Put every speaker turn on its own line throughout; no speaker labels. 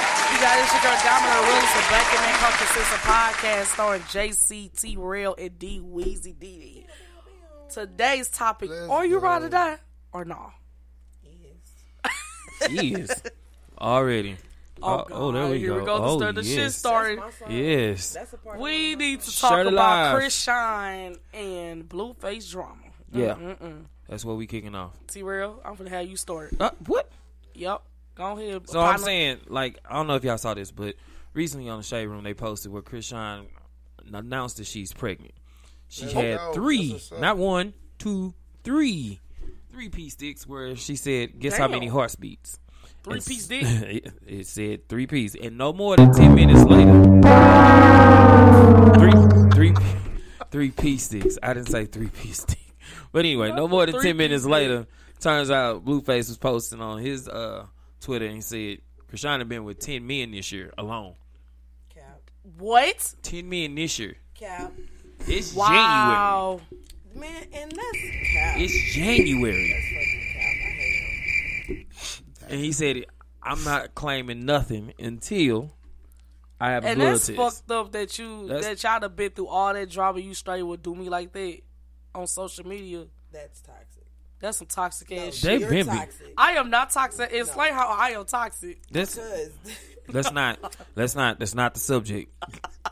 It's your girl Domino Willis, the Black and Man Culture Sister podcast starring JCT Real and D Weezy DD. Today's topic:
Let's
Are you
go.
ride or die or no?
Yes. Already. Oh, oh, there we
Here
go.
we go.
oh,
the the shit
yes.
started.
Yes.
That's a part
We
of
need to talk
Shirt
about
alive.
Chris Shine and Blueface drama.
Yeah. That's what we kicking off.
T Real, I'm gonna have you start.
Uh, what?
Yep. Go ahead.
So I'm
partner.
saying, like, I don't know if y'all saw this, but recently on the Shade Room, they posted where Chris Shine announced that she's pregnant. She
Let's
had
go. Oh, That's
three,
what's up.
not one, two, three, three pee sticks. Where she said, "Guess how many
Damn.
heartbeats?"
three
It's-
piece dick.
it, it said three P's, and no more than ten minutes later, three, three, three P sticks. I didn't say three P stick, but anyway, no more than
Three
ten
P
minutes later. Turns out Blueface was posting on his uh, Twitter and he said Krishana been with ten men this year alone.
Cap.
What?
Ten men this year.
Cap.
It's
Wow.
Man, and that's cap.
January. It's January,
That's fucking cap. I hate
and he said I'm not claiming nothing until I have a
And
blood
that's
test.
fucked up that you that
That's-
y'all done been through all that drama. You straight would do me like that on social media.
him. That's toxic.
That's some toxic ass shit.
They
You're
been be-
toxic.
I am not toxic. Explain how I am toxic.
That's
Because
Let's not. Let's not. That's not the subject.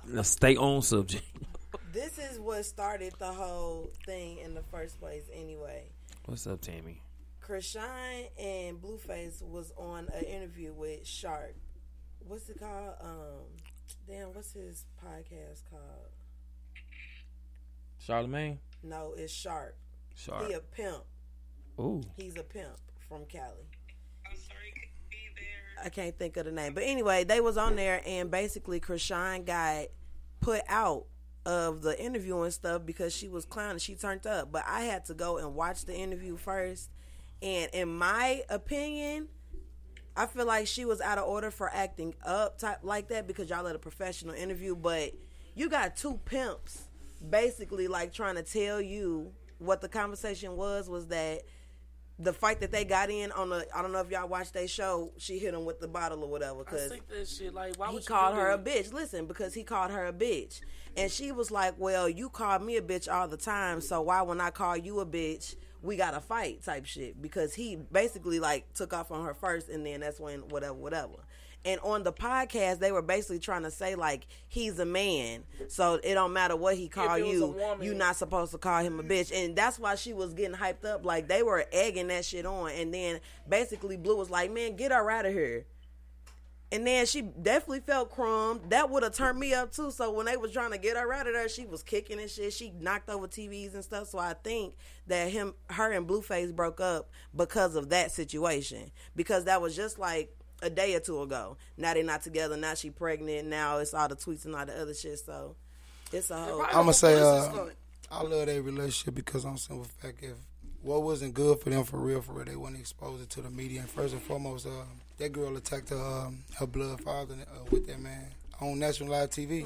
Let's stay on subject.
this is what started the whole thing in the first place anyway.
What's up, Tammy?
Krishan and Blueface was on an interview with Sharp. What's it called? Um, damn, what's his podcast called?
Charlemagne.
No, it's Sharp.
Sharp.
He a pimp.
Ooh.
He's a pimp from Cali.
I'm sorry, couldn't be there.
I can't think of the name. But anyway, they was on there and basically Krishan got put out of the interview and stuff because she was clowning. She turned up. But I had to go and watch the interview first. And in my opinion, I feel like she was out of order for acting up type like that because y'all had a professional interview, but you got two pimps basically like trying to tell you what the conversation was was that the fight that they got in on the I don't know if y'all watched their show, she hit him with the bottle or whatever
I
because
think that shit. Like, why
he
would you
called
do
her a
that?
bitch. Listen, because he called her a bitch. And she was like, Well, you call me a bitch all the time, so why when I call you a bitch, we got to fight type shit? Because he basically like took off on her first and then that's when whatever, whatever. And on the podcast, they were basically trying to say like he's a man, so it don't matter what he call
it was a
you.
woman-
You not supposed to call him a bitch, and that's why she was getting hyped up. Like they were egging that shit on, and then basically Blue was like, "Man, get her out of here." And then she definitely felt crumbed. That would have turned me up too. So when they was trying to get her out of there, she was kicking and shit. She knocked over TVs and stuff. So I think that him, her and Blueface broke up because of that situation. Because that was just like a day or two ago. Now they're not together. Now she pregnant. Now it's all the tweets and all the other shit. So it's a whole.
I'm gonna say,
What's this
uh,
stunt?
I love their relationship because I'm simple fact if what wasn't good for them for real, for real, they wasn't exposed it to the media. And first and foremost, uh, that girl attacked her, um, her blood father uh, with that man on national live TV.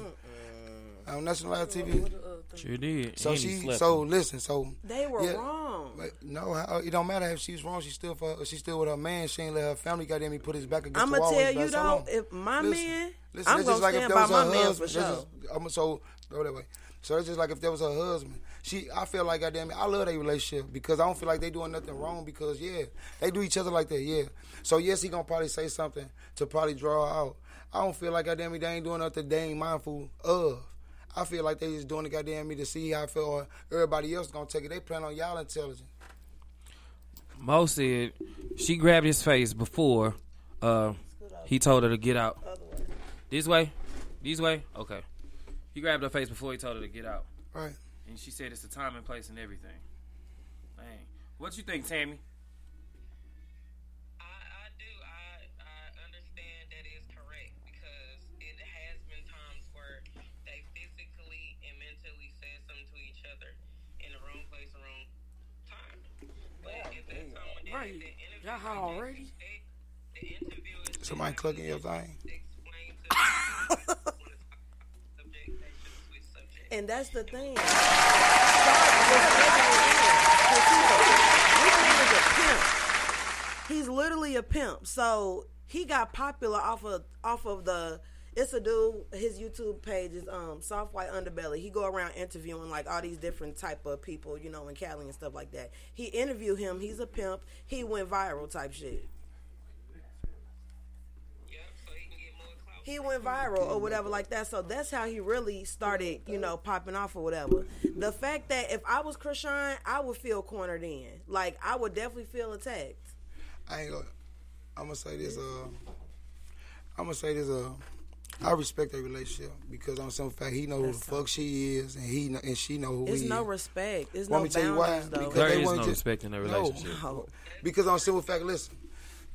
On national live TV.
Sure did.
So she, so listen, so
They were
yeah.
wrong.
But no, how- it don't matter if she's wrong. She's still for she's still with her man. She ain't let her family goddamn me put his back against
I'ma
the wall.
tell
It's
you
been so
though,
long.
if my man- I'm
listen, that's
gonna
just like if
stand
there
by
was
my
her
man for
husband. That's
sure.
just- I'm so go that way. So it's just like if there was her husband. She, I feel like goddamn it, I love their relationship because I don't feel like they doing nothing wrong because yeah, they do each other like that. Yeah. So yes, he gonna probably say something to probably draw her out. I don't feel like goddamn it, they ain't doing nothing they ain't mindful of. I feel like they just doing the goddamn me to see how I feel. Or everybody else gonna take it. They plan on y'all intelligence.
Mo said she grabbed his face before uh, he told her to get out. This way. This way. Okay. He grabbed her face before he told her to get out,
Right.
and she said it's the time and place and everything. Dang. What you think, Tammy?
I, I do. I, I understand that is correct because it has been times where they physically and mentally said something to each other in the wrong place, the wrong time. But if that's someone that
Right.
did the interview,
Y'all high already?
they- The interview is to
Somebody clucking your thing.
explain to them subject, they should switch subject.
And that's the thing. Sharp was everywhere. 'Cause he's a- this man is a pimp. He's literally a pimp. So he got popular off of off of the it's a dude his youtube page is um soft white underbelly he go around interviewing like all these different type of people you know in cali and stuff like that he interviewed him he's a pimp he went viral type shit
Yep, so he can get more clout.
he went viral or whatever like that. So that's how he really started, you know, popping off or whatever. The fact that if I was Krishan, I would feel cornered in. Like I would definitely feel attacked.
I ain't gonna. I'm gonna say this. Uh, I'm gonna say this. Uh, I respect their relationship because on some fact he know who the fuck she is and he know, and she know who
It's
he
no
is.
respect. It's
Want
no
me to tell you why?
boundaries though.
Because
There
they
is
wanna
no
ju-
respect in their
No.
relationship.
No.
because on simple fact, listen,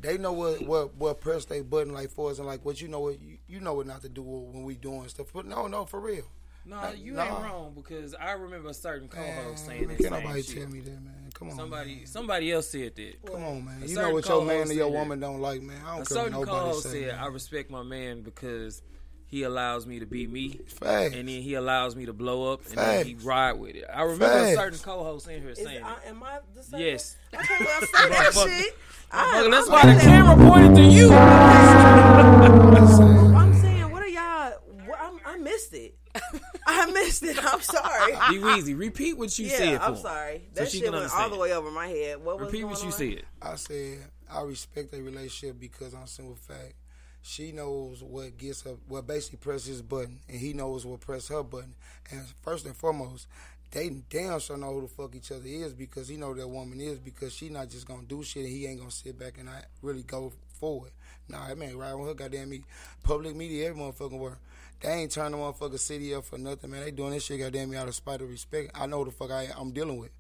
they know what what what press they button like for us and like what you know what you, you know what not to do when we doing stuff. But no, no, for real.
No, you ain't
Nah.
wrong because I remember a certain co-host saying
Man,
that
can't
same
nobody
shit.
tell me that, man. Come on,
Somebody,
man.
somebody else said that.
Come on, man.
A
You know
certain
what your
co-host
man and your
said that.
woman don't like, man.
A
I don't care what
certain
nobody
co-host
say.
said,
man.
"I respect my man because he allows me to be me,
Facts.
and then he allows me to blow up, and then he
Facts.
ride with it." I remember a
Facts.
certain co-host in here
Is,
saying,
I,
that.
am I the same?
"Yes."
I can't well say that
Motherfucker.
shit. I,
Motherfucker, that's
I'm
why the
saying-
camera pointed to you.
I'm saying, what are y'all? What, I'm, I missed it. I missed it. I'm sorry.
Be Weezy, repeat what you said.
Yeah,
for
I'm
him,
sorry.
so
That
she
shit
can
went
understand.
all the way over my head. What was
Repeat
going
what you
on?
said.
I said I respect their relationship because on simple fact, she knows what gets her what basically presses his button and he knows what press her button. And first and foremost, they damn sure know who the fuck each other is because he know who that woman is because she not just gonna do shit and he ain't gonna sit back and not really go forward. Nah, that man right on her goddamn me public media every motherfucking word. They ain't turning the motherfucking city up for nothing, man. They doing this shit goddamn me out of spite of respect. I know who the fuck I, I'm dealing with.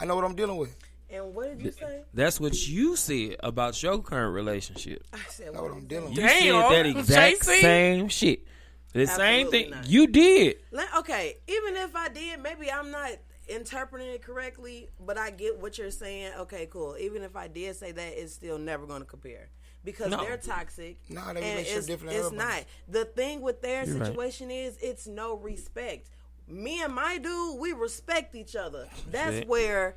I know what I'm dealing with.
And what did you say?
That's what you said about your current relationship.
I said,
I know
what
what I'm dealing with.
You
Damn,
said that exact
JC.
same shit. The same
Absolutely
thing
not.
you did.
Like, okay, even if I did, maybe I'm not interpreting it correctly, but I get what you're saying. Okay, cool. Even if I did say that, it's still never going to compare because
No.
they're toxic.
Nah, they
and
relationship
it's,
different than
It's
everybody.
not. The thing with their
You're right.
situation is it's no respect. Me and my dude, we respect each other. That's
it.
where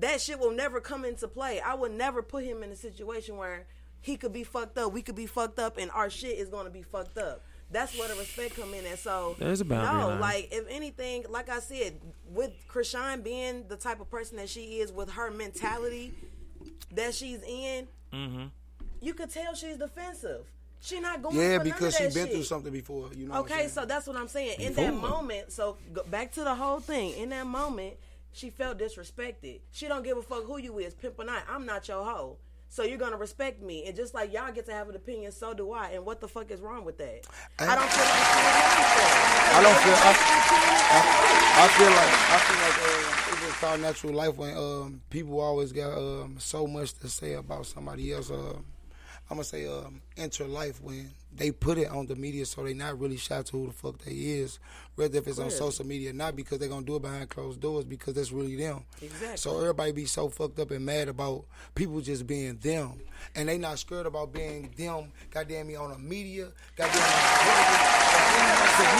that shit will never come into play. I would never put him in a situation where he could be fucked up, we could be fucked up, and our shit is going to be fucked up. That's where the respect come in at. So
There's a boundary
no,
line.
like if anything, like I said, with Krishan being the type of person that she is, with her mentality that she's in,
Mm-hmm.
you could tell she's defensive. She not going.
Yeah,
for
because she
none
been
of that shit.
through something before. You know. what I'm
Okay,
saying?
so that's what I'm saying. In that
Before.
moment, so go back to the whole thing. In that moment, she felt disrespected. She don't give a fuck who you is, pimp or not. I'm not your hoe. So you're gonna respect me, and just like y'all get to have an opinion, so do I. And what the fuck is wrong with that? I don't feel like she was
I don't feel. I, I, I feel like I feel like uh, it's just our natural life when um, people always got um, so much to say about somebody else. Um, I'm gonna say um, enter life when they put it on the media, so they not really shy to who the fuck they is, whether if it's on social media or not, because they gonna do it behind closed doors because that's really them.
Exactly.
So everybody be so fucked up and mad about people just being them, and they not scared about being them. Goddamn me on the media. Goddamn.
saying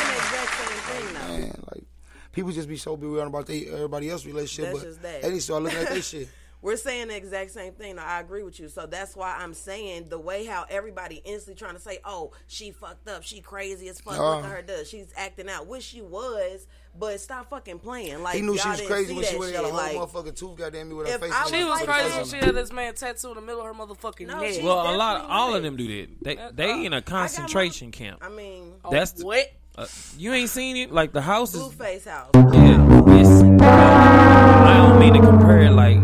the exact same thing now.
Man, like people just be so bewildered about they everybody else relationship,
That's
but
just that.
they need to start looking at their shit.
We're saying the exact same thing. though. I agree with you. So that's why I'm saying the way how everybody instantly trying to say, "Oh, she fucked up. She crazy as fuck. Look
Nah.
at her does. She's acting out." Which she was, but stop fucking playing. Like
He knew she
y'all
was
didn't
crazy
see
when she
that
went and got a
shit.
whole
Like,
motherfucking tooth, goddamn me, with her
if
face.
I
on
was
She
it.
was
Like,
crazy
um,
when she had this man tattoo in the middle of her motherfucking
No,
neck.
she-
Well, a lot of
definitely
all
right.
of them do that. They
That's
they
right.
in
Uh, I
a
got
concentration
my-
camp.
I mean,
Oh,
That's the-
what?
Uh, you ain't seen it. Like the house is.
Blueface house.
Yeah, it's- I don't mean to compare it like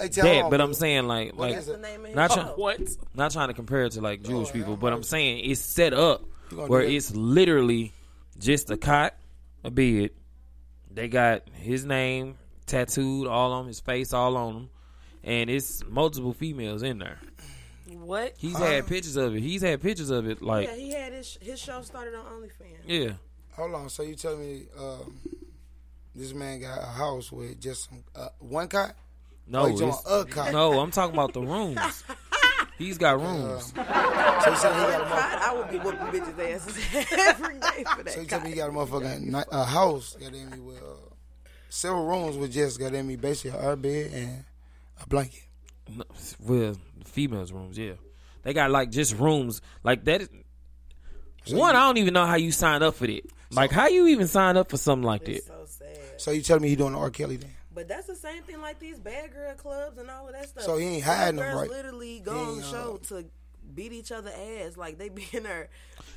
Hey, tell
that,
her,
but
bro.
I'm saying like like
That's
is
the Oh, name of his
Not
show.
your-
What?
not trying to compare it to like Jewish people, but I'm saying it's set up
gonna
where
do that?
it's literally just a cot, a bed. They got his name tattooed all on his face, all on him, and it's multiple females in there.
What?
He's had pictures of it. He's had pictures of it. Like
Yeah, he had his his show started on OnlyFans.
yeah,
Hold on. So you tell me um, this man got a house with just some, uh, one cot? Oh,
no,
you talking
it's-
about a cot?
Oh, no. I'm talking about the rooms. He's got rooms.
So you tell me he got a motherfucking,
God, I would be whooping bitches' asses every day for that.
so you tell me
God.
he got a motherfucking ni- a house, goddamn me, with uh, several rooms with just goddamn me basically her bed and a blanket.
No, Well, the females' rooms, yeah. They got like just rooms like that. is- One, I don't even know how you sign up for that. Like, how you even sign up for something like that?
So sad.
So you telling me he doing the R. Kelly then?
But that's the same thing like these bad girl clubs and all of that stuff.
So he ain't
Bad
hiding 'em,
girls
right? uh,
literally go on the show to beat each other ass like they be in there.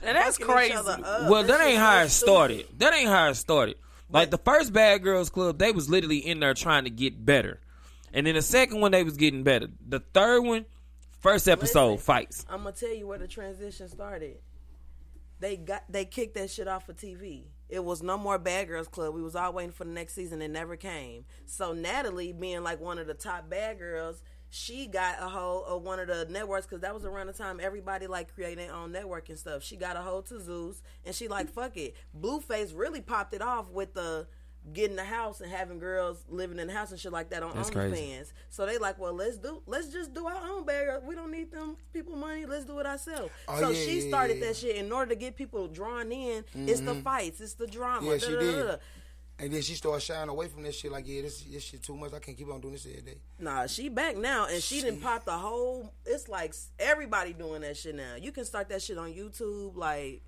And that's
fucking each
crazy.
other up.
Well,
That's
that ain't
just
how
so
it started.
stupid.
That ain't how it started. Like the first Bad Girls Club, they was literally in there trying to get better, and then the second one they was getting better. The third one, first episode
Listen.
fights.
I'm gonna tell you where the transition started. They got they kicked that shit off of TV. It was no more Bad Girls Club. We was all waiting for the next season. It never came. So Natalie, being like one of the top bad girls, she got a hold of one of the networks because that was around the time everybody like creating their own network and stuff. She got a hold to Zeus and she like fuck it. Blueface really popped it off with the getting the house and having girls living in the house and shit like that on
That's
OnlyFans.
crazy.
So they like, well, let's do, let's just do our own bag. We don't need them people money. Let's do it ourselves.
Oh,
so
yeah,
she
yeah,
started
yeah.
that shit in order to get people drawn in. It's the fights. It's the drama.
Mm-hmm. Yeah, she
da-da-da-da-da.
did. And then she started shying away from this shit. Like, yeah, this this shit too much. I can't keep on doing this every day.
Nah, she back now, and she didn't pop the whole. It's like s- everybody doing that shit now. You can start that shit on YouTube. Like,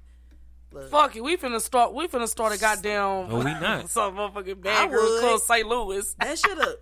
look,
Fuck it, we finna start. We finna start a goddamn.
No, we not.
Some motherfucking bad
I
girl
would.
club, St. Louis.
that should have.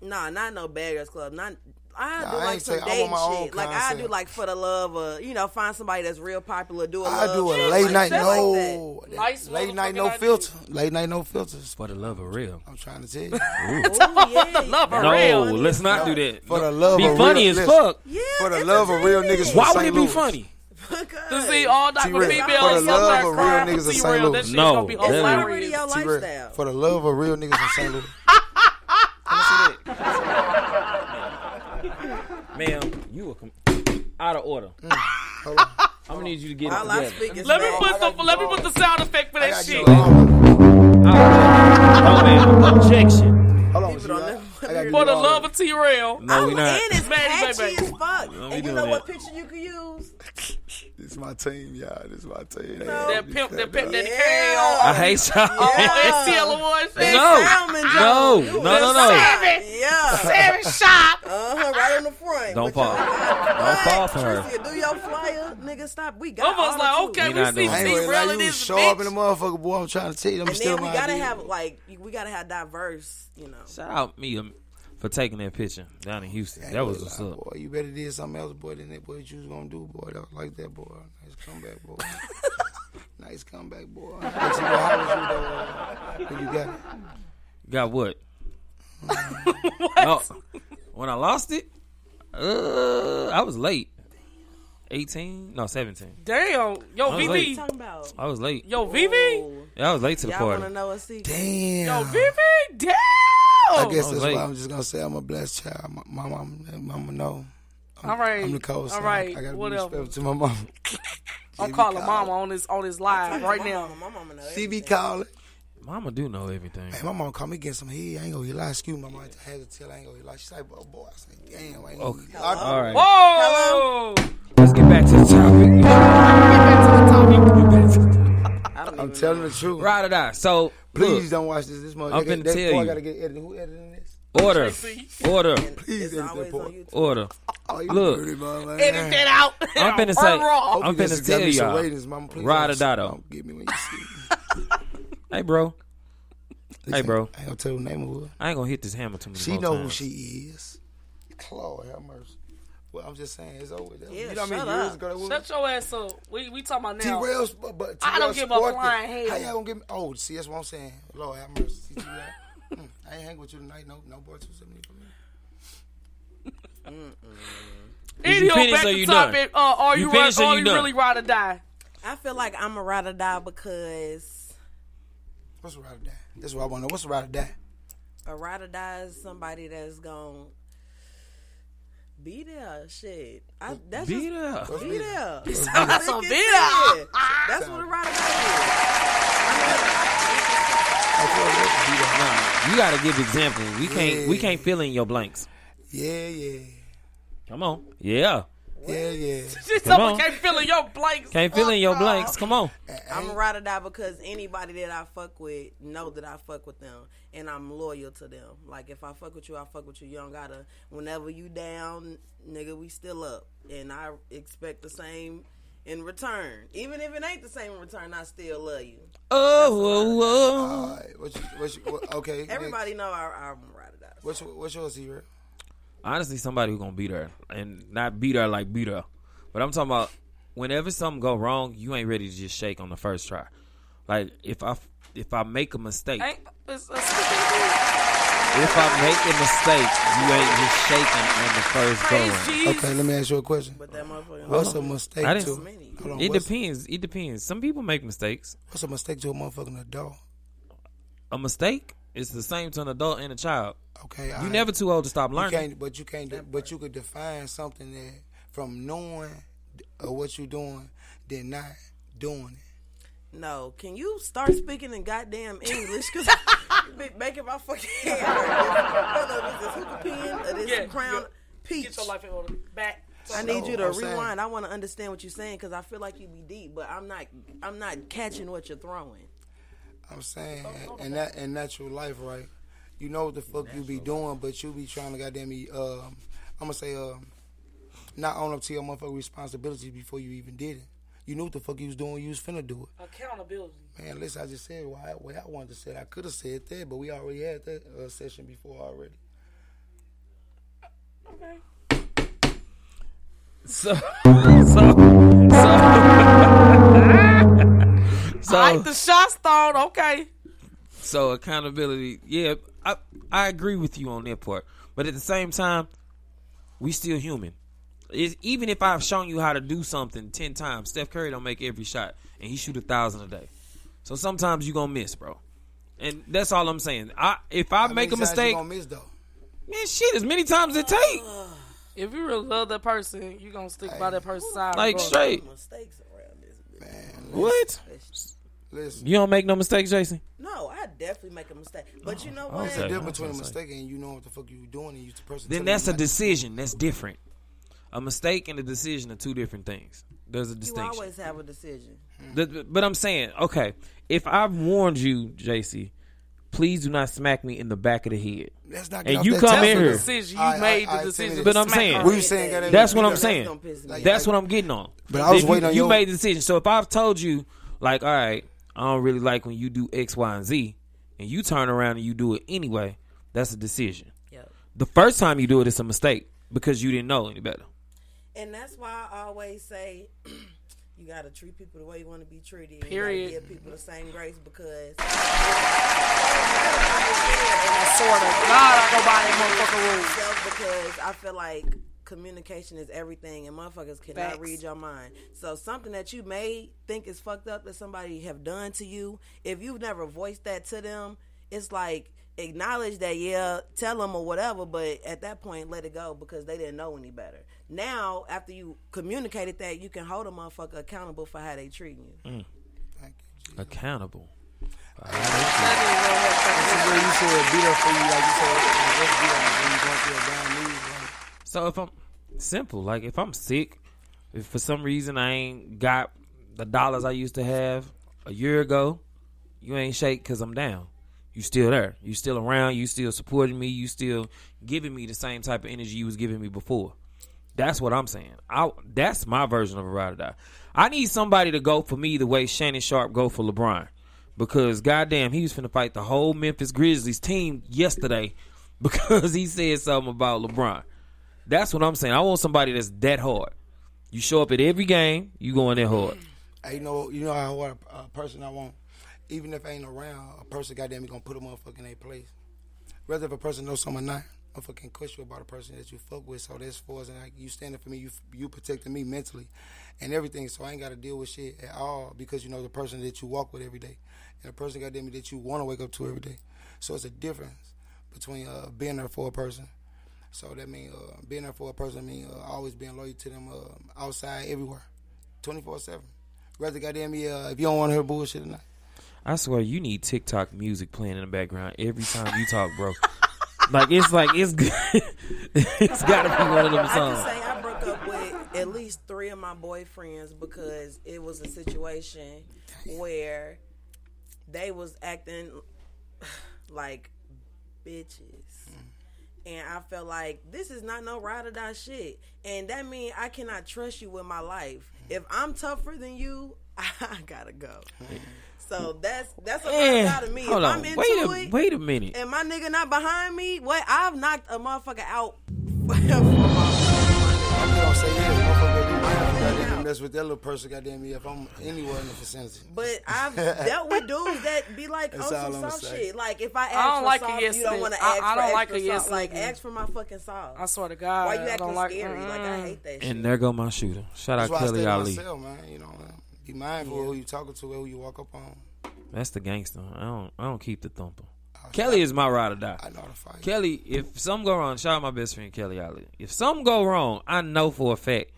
Nah, not no beggars club. Not. I
Nah,
do
I
like
ain't
some
say- I
dating
want my own
shit. Like I do
concept.
like for the love of you know find somebody that's real popular. Do a
I
love
do a
shit,
late
like
night
shit like that.
no, that-
Nice
late night
motherfucking
no
idea.
filter, late night no filters.
For the love of real.
I'm trying to tell you,
Ooh, yeah.
love of
No,
real.
let's not do that.
For the love
be
of
funny
real,
as
listen.
fuck.
Yeah,
for the love of real niggas.
entertainment.
from
Why would
St.
it be
Louis.
funny?
To
Because
see all type of
T-Rex,
females
for
up
the love
there
of real
crying
niggas
for
in
T-Real,
St.
That
Louis.
shit's
No,
gonna be
that ain't-
already
hilarious.
your
T. Rex,
lifestyle.
For the love of real niggas from St. Louis.
Ma'am, you are com- out of order.
Mm, Hold on.
I'm gonna need you to get it
While I
together.
speak, is
Let me
bad.
put some. Let me put the sound effect for
I
that
gotta get
shit.
all of them.
Oh, ma'am, objection.
Hold on,
People don't
G-Rod.
never
I gotta get
For the
all of
love
them.
of T-Rail.
No,
Oh,
we not.
and it's
Baby,
patchy
baby.
as fuck.
be
And you
doing
know what
that.
picture you could use?
This is my team, y'all. This is my team.
That pimp, that pimp, that
Yeah.
carry on.
I hate y'all.
On STL award shit.
No.
Salmon
No.
Jones. You
No, no,
a
no.
salmon. Yeah.
Every shop.
Uh huh. Right on the front.
Don't
With
fall.
your-
Don't fall for her.
Trisha, do your flyer, nigga. Stop. We got. all
Almost
the
like
tools.
okay,
We
we
not
see
doing that.
I ain't
see
gonna
real
lie,
in
you was
this
show up in the
bitch.
motherfucker, boy. I'm trying to tell you, I'm
And
still
then we
my
gotta
idea.
have like we gotta have diverse. You know.
Shout out me um, for taking that picture down in Houston. That was what's up.
Boy, you better did something else, boy, than that boy that you was gonna do, boy. That was like that, boy. Nice comeback, boy. nice comeback, boy. But you know, how was you though? When you got it.
Got what? No. When I lost it, uh, I was late. 18? No, 17.
Damn, yo
was
VV,
late.
Talking about.
I was late.
yo VV,
Ooh.
Yeah, I was late to the
Y'all wanna
party.
know a secret?
Damn.
yo VV, damn.
I guess
I was
that's
late.
why I'm just gonna say I'm a blessed child. My, my mom, mama know. I'm,
All right.
I'm the cold
All
son.
right.
I gotta
What
be
else?
respectful to my mama.
I'm
be
calling
calm.
mama on this on this live right
my
now.
Mama, my mama know
She be
everything.
calling.
Mama do know everything.
Hey, my mom called me getting some head. I ain't gonna lie. Excuse me, mama. I had to tell her I ain't gonna lie. She's like, boy, boy. I said, damn. I ain't gonna
Okay.
lie.
All right.
Whoa!
Let's get back to the topic.
I'm telling the truth.
Ride or die. So,
Please
look,
don't watch this. This motherfucker.
I'm finna
that
tell
boy
you.
gotta get edited. Who editing this?
order,
JC.
order,
It's
Please edit that
always on
part.
YouTube.
order.
Oh, you
Look.
dirty motherfucker.
Edit that out.
I'm finna say,
Raw.
Hope
I'm
you listen
finna
to that
tell
bitch
y'all.
away this, mama. Please
Ride or
don't-
die, though.
don't Get me when you see me.
Hey, bro. Hey, bro.
I ain't gonna tell you the name of her.
I ain't gonna hit this hammer too many
She
more
know
times.
who she is. Lord have mercy. Well, I'm just saying, it's over. There.
Yeah,
you know what I mean?
shut
Years
up.
ago, that was-
Shut your ass up. We we talking about now.
T-Rail's, but, but
I don't
T-Rail's
give a
Sporting.
flying
How
hell.
y'all gonna give me? Oh, see, that's what I'm saying. Lord have mercy. See, T-Rail. Mm, I ain't hang with you tonight. No, no boy, two seventy for me.
Is you
Anywho,
finished
back
or
to
you done?
topic. Uh, are
You
you,
finished
right,
or
are
you
you
done?
really ride or die?
I feel like I'm a ride or die because
What's a ride or die? That's what I want to know. What's a ride or die?
a ride or die is somebody that's gonna be there. Shit, I, that's
Beat
just,
her.
What's
be
me?
there.
That's a
Sick as
bitch.
shit. That's what a ride or die
You gotta give example. We can't. We
Yeah.
can't fill in your blanks.
Yeah, yeah.
Come on. Yeah.
is.
Yeah, yeah.
She
Come
told
on.
me can't fill in your blanks.
Can't fill in your
Fuck
blanks.
off.
Come on.
I'm a ride or die because anybody that I fuck with know that I fuck with them and I'm loyal to them. Like if I fuck with you, I fuck with you. You don't gotta. Whenever you down, nigga, we still up, and I expect the same in return. Even if it ain't the same in return, I still love you.
Oh,
All right. What you, what you, what, okay. next.
Everybody know I, I'm a ride or die.
What's what's yours, Zero?
honestly, somebody who's gonna beat her and not beat her like beat her, but I'm talking about whenever something go wrong, you ain't ready to just shake on the first try. Like if I if I make a mistake,
Ain't it's, it's,
if I make a mistake, you ain't just shaking on the first go.
praise
round.
Jesus.
Okay, let me ask you a question.
But that motherfucker.
What's a mistake
I
to?
didn't-
Hold on,
It
Oh, what's,
depends. It depends. Some people make mistakes.
what's a mistake to a motherfucking adult?
A mistake is the same to an adult and a child.
Okay,
You never too old to stop
You
learning.
can't, but you can't. de- But you could define something that from knowing uh, what you're doing, then not doing it.
No, can you start speaking in goddamn English? Cause you been making my fucking head hurt. Whether this is hookah pen or this
Yeah,
crown
yeah.
peach.
Get your life in order. Back.
I need
No,
you to
I'm saying-
rewind. I want to understand what you're saying because I feel like you be deep, but I'm not. I'm not catching what you're throwing.
I'm saying, and that and natural life, right? You know what the fuck you be doing, but you be trying to goddamn me. Um, I'm gonna say, um, not own up to your motherfucking responsibilities before you even did it. You knew what the fuck you was doing. You was finna do it.
Accountability.
Man, listen, I just said why what I wanted to say. I could have said that, but we already had that uh, session before already.
Okay.
So, so, so,
Like
so,
the shots thrown. Okay.
so accountability. Yeah, I I agree with you on that part, but at the same time, we still human. It's, even if I've shown you how to do something ten times, Steph Curry don't make every shot, and he shoot a thousand a day. So sometimes you gonna miss, bro. And that's all I'm saying. I if I
How
make a
many times you
mistake,
gonna miss though.
man, shit, as many times it take,
If you really love that person, you gonna stick by that person's side.
like
regardless.
straight.
Mistakes around this. Bitch.
What?
Listen,
You don't make no mistakes, Jason.
No, I definitely make a mistake, but you
Oh,
know what?
okay.
difference between a
That's what I'm
mistake and you know what the fuck you were doing and you the person.
Then
telling you
that's a
not-
decision. That's different. A mistake and a decision are two different things. There's a
You
distinction.
always have a decision.
The- the- but I'm saying, okay, if I've warned you, JC, please do not smack me in the back of the head.
Let's
And
not get off
you
that
come
That's
topic.
in
the
here.
decision. You
All right,
made
all right,
the decision.
all right,
to
But I'm
smack
saying-
her.
We were saying goddamn
That's what I'm
Peter.
saying.
Don't piss me off.
Like-
That's what I'm getting on.
But I was
If you,
waiting on
you
your-
made the decision. So if I've told you, like, all right, I don't really like when you do X, Y, and Z, and you turn around and you do it anyway, that's a decision.
Yep.
The first time you do it, it's a mistake because you didn't know any better.
And that's why I always say you gotta treat people the way you want to be treated. and
Period.
You gotta give people the same grace because
I swear to God, I go by that motherfucking rules.
myself because I feel like communication is everything, and motherfuckers cannot
Facts.
read your mind. So something that you may think is fucked up that somebody have done to you, if you've never voiced that to them, it's like acknowledge that yeah tell them or whatever but at that point let it go because they didn't know any better now after you communicated that you can hold a motherfucker accountable for how they treat you
Thank you, Jesus.
Accountable.
This is where you said beat up for you, like you said, like, let's beat up when you going through a down knees. Like,
So if I'm simple, like if I'm sick, if for some reason I ain't got the dollars I used to have a year ago, you ain't shake because I'm down. You still there. You still around. You still supporting me. You still giving me the same type of energy you was giving me before. That's what I'm saying. I that's my version of a ride or die. I need somebody to go for me the way Shannon Sharp go for LeBron, because goddamn, he was finna fight the whole Memphis Grizzlies team yesterday because he said something about LeBron. That's what I'm saying. I want somebody that's that hard. You show up at every game, you going that hard.
I know you know how what a, a person I want. Even if I ain't around, a person goddamn me gonna put a motherfucker in their place. Rather if a person knows something or not, motherfucking question about a person that you fuck with. So that's for us, and like you standing for me, you you protecting me mentally, and everything. So I ain't gotta deal with shit at all because you know the person that you walk with every day, and the person goddamn me that you wanna wake up to every day. So it's a difference between uh, being there for a person. So that mean uh, being there for a person mean uh, always being loyal to them uh, outside everywhere. 24 7. Rather goddamn me uh, if you don't want to hear bullshit or not.
I swear, you need TikTok music playing in the background every time you talk, bro. like it's like it's good. it's got to be one of them
I can
songs.
say I broke up with at least three of my boyfriends because it was a situation where they was acting like bitches. And I felt like this is not no ride or die shit. And that mean I cannot trust you with my life. If I'm tougher than you, I gotta go. So that's that's a
Eh,
out of me.
Hold
if
on.
I'm into
Wait
it,
a, wait a minute.
and my nigga not behind me, what? I've knocked a motherfucker out. for my-
I'm gonna say yeah, motherfucker. Goddamn, mess with that little person. Goddamn me, if I'm anywhere in the vicinity.
But I've dealt with dudes that be like
That's
on some
all I'ma
soft
say.
shit. Like if I ask
don't
for
like a
salt,
yes
you don't
nigga.
want to
I-
ask
I
for
don't like
extra
a yes
salt. Like
nigga.
ask for my fucking salt.
I swear to God,
Why you
I don't
acting
like.
scary? Like I hate that shit.
And there go my shooter. Shout out
That's why I stay
Kelly
to
Ali.
myself, man. You know, man. be mindful of who you talking to, who you walk up on.
That's the gangster. I don't I don't keep the thumper. Kelly is my ride or die.
I know how to fight.
Kelly, if something go wrong, shout out my best friend Kelly Ali. If something go wrong, I know for a fact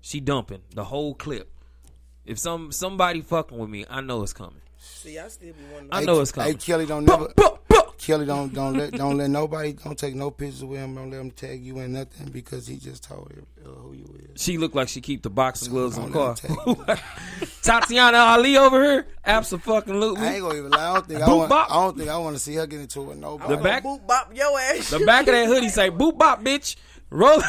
she dumping the whole clip. If some somebody fucking with me, I know it's coming.
See, I still be one.
I
Hey,
know it's
Hey,
coming.
Kelly don't never.
Buh, buh.
Kelly don't don't let don't let nobody don't take no pictures with him. Don't let him tag you in nothing because he just told you uh, who you is.
She looked like she keep the boxing gloves in the car.
Don't let
Tatiana Ali over here,
I
absolutely.
ain't gonna even lie. I don't think I
Boop
want.
bop.
I don't think I want to see her get into it. with Nobody.
The back,
Boop bop your ass.
the back of that hoodie say "Boop Bop, bitch." Roll.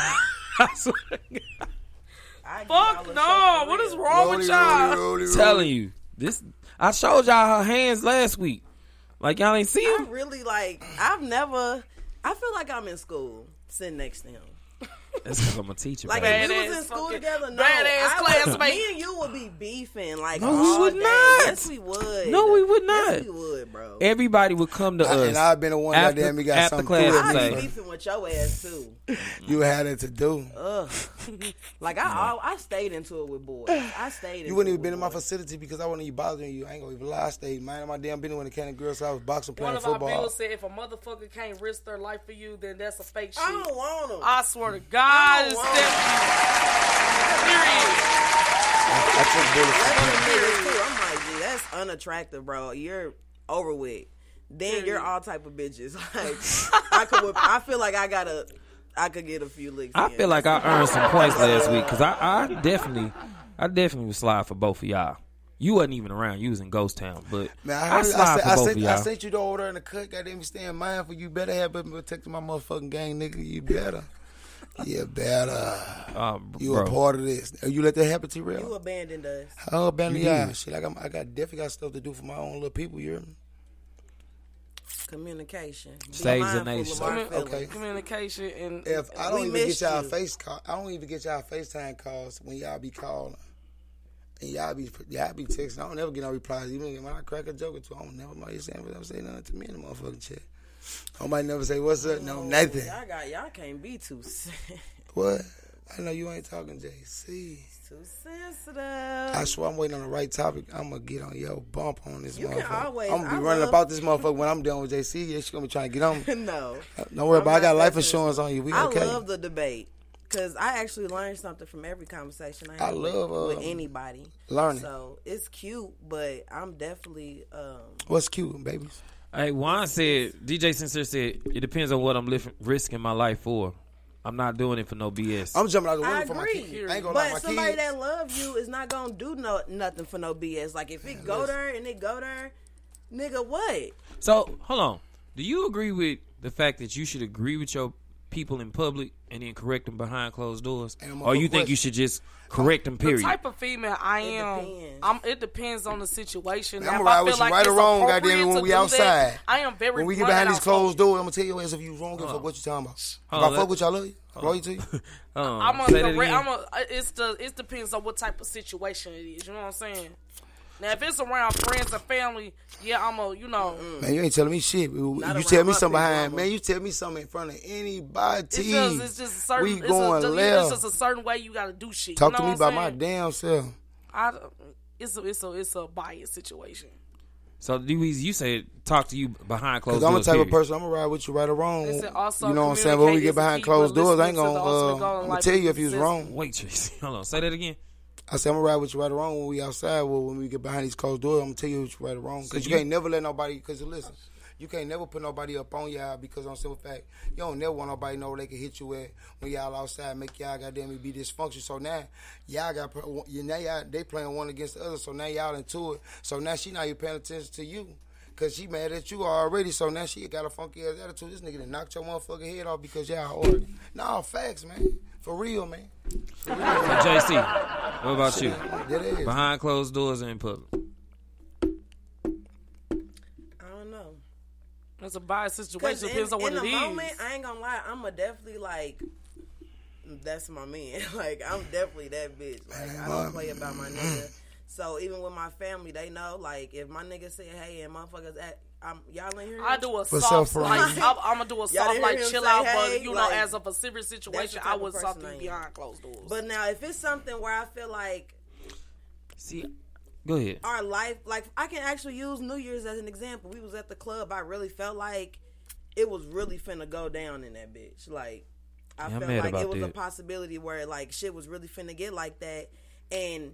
I swear to God.
I get all
Fuck
the
no!
salt for
What
real.
is wrong with y'all?
telling you this. I showed y'all her hands last week. Like y'all ain't see
I
them.
really like. I've never. I feel like I'm in school sitting next to him.
That's because I'm a teacher.
Like
baby.
if we was
Badass
in school
fucking-
together, no,
badass
I would-
classmate.
Me and you would be beefing like
No, we
all
would
day.
not.
Yes, we would.
No, we would not.
Yes, we would, bro.
Everybody would come to
I-
us.
and I've been the one
after,
goddamn, he got
after
something
class
to
and
I'd be
say,
beefing with your ass too.
You had it to do.
Ugh. Like I, I, I stayed into it with boys. I stayed. Into
You wouldn't even
it
been in my
with boys.
facility because I wouldn't even bothering you. I ain't gonna even lie. I stayed minding my damn business when it came to girls' house, boxing,
One
playing
of our
football.
bills said, "If a motherfucker can't risk their life for you, then that's a fake shit."
I don't want them.
I swear to God,
Oh,
it's
wow.
that-
I took bullets.
I'm like, dude, that's unattractive, bro. You're over with. Then you're all type of bitches. Like I could, whip- I feel like I gotta, I could get a few licks.
I
in.
feel like I earned some points last week because I, I definitely, I definitely would slide for both of y'all. You wasn't even around. You was in Ghost Town, but
Man, I,
I,
heard,
slide
I,
for
sent, I,
both
sent, I
of y'all.
sent you the order in the cut. Goddamn, you staying mindful. You better have been protecting my motherfucking gang, nigga. You better. You better.
Uh,
You a
bro,
part of this. Oh, You let that happen to you,
you
real?
abandoned us.
Oh, Benny,
You
yeah.
did.
Shit, like I'm, I got definitely got stuff to do for my own little people. You hear me?
Communication Be
Saves the
mindful of
nation.
our
Commu-
feelings.
Okay.
period. Communication and
If I
We
don't even get
missed
y'all
you.
face call, I don't even get y'all FaceTime calls when y'all be calling. And y'all be y'all be texting. I don't never get no replies. Even when I crack a joke or two, I don't never mind you saying what I'm saying nothing to me in the motherfucking chat. I might never say what's up,
Oh,
no nothing.
Y'all got y'all can't be too sen-
What? I know you ain't talking JC.
too
I
sensitive.
swear I'm waiting on the right topic. I'm gonna get on your bump on this
You can
motherfucker.
always-
I'm gonna be
I
running
love-
about this motherfucker when I'm done with JC. Yeah, she gonna be trying to get on me.
no,
Don't worry
I'm
about. it. I
not
got life
that sensitive.
insurance on you. We
I
okay.
love the debate because I actually learned something from every conversation I,
I
had with-
love,
with,
um,
anybody.
learning.
so it's cute, but I'm definitely um,
What's cute, babies?
hey, Juan said, DJ Sincere said, it depends on what I'm lif- risking my life for. I'm not doing it for no BS.
I'm jumping out the window
I
for my
agree.
kids. I ain't gonna lie,
But
my
somebody
kids.
that loves you is not gonna do no nothing for no BS. Like if it go there and it go there, nigga, what?
So hold on. Do you agree with the fact that you should agree with your people in public and then correct them behind closed doors,
And my
or you
question-
think you should just correct them?
the
Period.
type of female I am.
depends.
I'm, it depends on the situation.
I'ma
Now, if
ride
I
with
feel
you
like
right
it's
or wrong,
appropriate
goddamn it, when
to
we
do that,
outside.
I am very.
when we get
blunt
behind
and
these
outspoken.
closed doors, I'm gonna tell your ass if you wrong. Give a fuck what you talking about. If
Uh-huh. Hold on,
I fuck
let-
with y'all, love you. I Love you to you.
Um,
I'm a
say that
direct,
again.
I'm a, it's the it depends on what type of situation it is. You know what I'm saying? Now if it's around friends and family, yeah, I'm a you know
Man, you ain't telling me shit.
Not
You tell
around
me
my
something
people,
behind.
I'ma-
Man, you tell me something in front of anybody.
it's just it's just a certain
we
it's,
going
a,
left.
it's just a certain way you got to do shit. you
Talk
know
to me
what
about
I'm
my
saying?
damn self.
I, it's a it's a it's a biased situation.
so do you said talk to you behind closed
Because
doors.
I'm the type
period.
of person, I'm going to ride with you right or wrong.
They said also
you know what I'm saying? But when we get
communicate is
behind
key,
closed
but
doors, I ain't
listening to
going
the ultimate
to
goal
uh,
in
I'm
life
gonna tell
is
you if you was
consistent.
wrong.
Wait, Tracy. Hold on. Say that again.
I said, I'm going to ride with you right or wrong when we outside. Well, when we get behind these closed doors, I'm going to tell you if you right or wrong. Because you,
you-
can't never let nobody, because listen, You can't never put nobody up on y'all because on simple fact, you don't never want nobody know where they can hit you at when y'all outside make y'all goddamn it be dysfunctional. So now y'all got pro- you now y'all they playing one against the other. So now y'all into it. So now she not even paying attention to you. Cause she mad at you already, so now she got a funky ass attitude. This nigga done knocked your motherfucking head off because y'all ordered. Nah, facts, man. For real, man.
So JC, what about you?
That is.
Behind closed doors and in public.
I don't know.
It's a biased situation.
'Cause
Depends
in,
on what
in
it
the
is.
moment, I ain't gonna lie. I'm a definitely like, that's my man. like I'm definitely that bitch. Like I don't play about my nigga. So even with my family, they know. Like if my nigga say, "Hey," and motherfuckers, at, I'm y'all ain't hearing.
I
me?
do a
For
soft like
self-relief.
I'm, I'm gonna do a soft
hear
like
him
chill
say,
out,
"Hey,"
but you
like,
know, as of a serious situation,
type
I
of
would
person
soft
I
through
am.
behind closed doors.
But now if it's something where I feel like
See, go ahead.
our life like i can actually use new year's as an example we was at the club i really felt like it was really finna go down in that bitch like i
Yeah, I'm
felt
mad
like
about
it was a
that.
possibility where like shit was really finna get like that and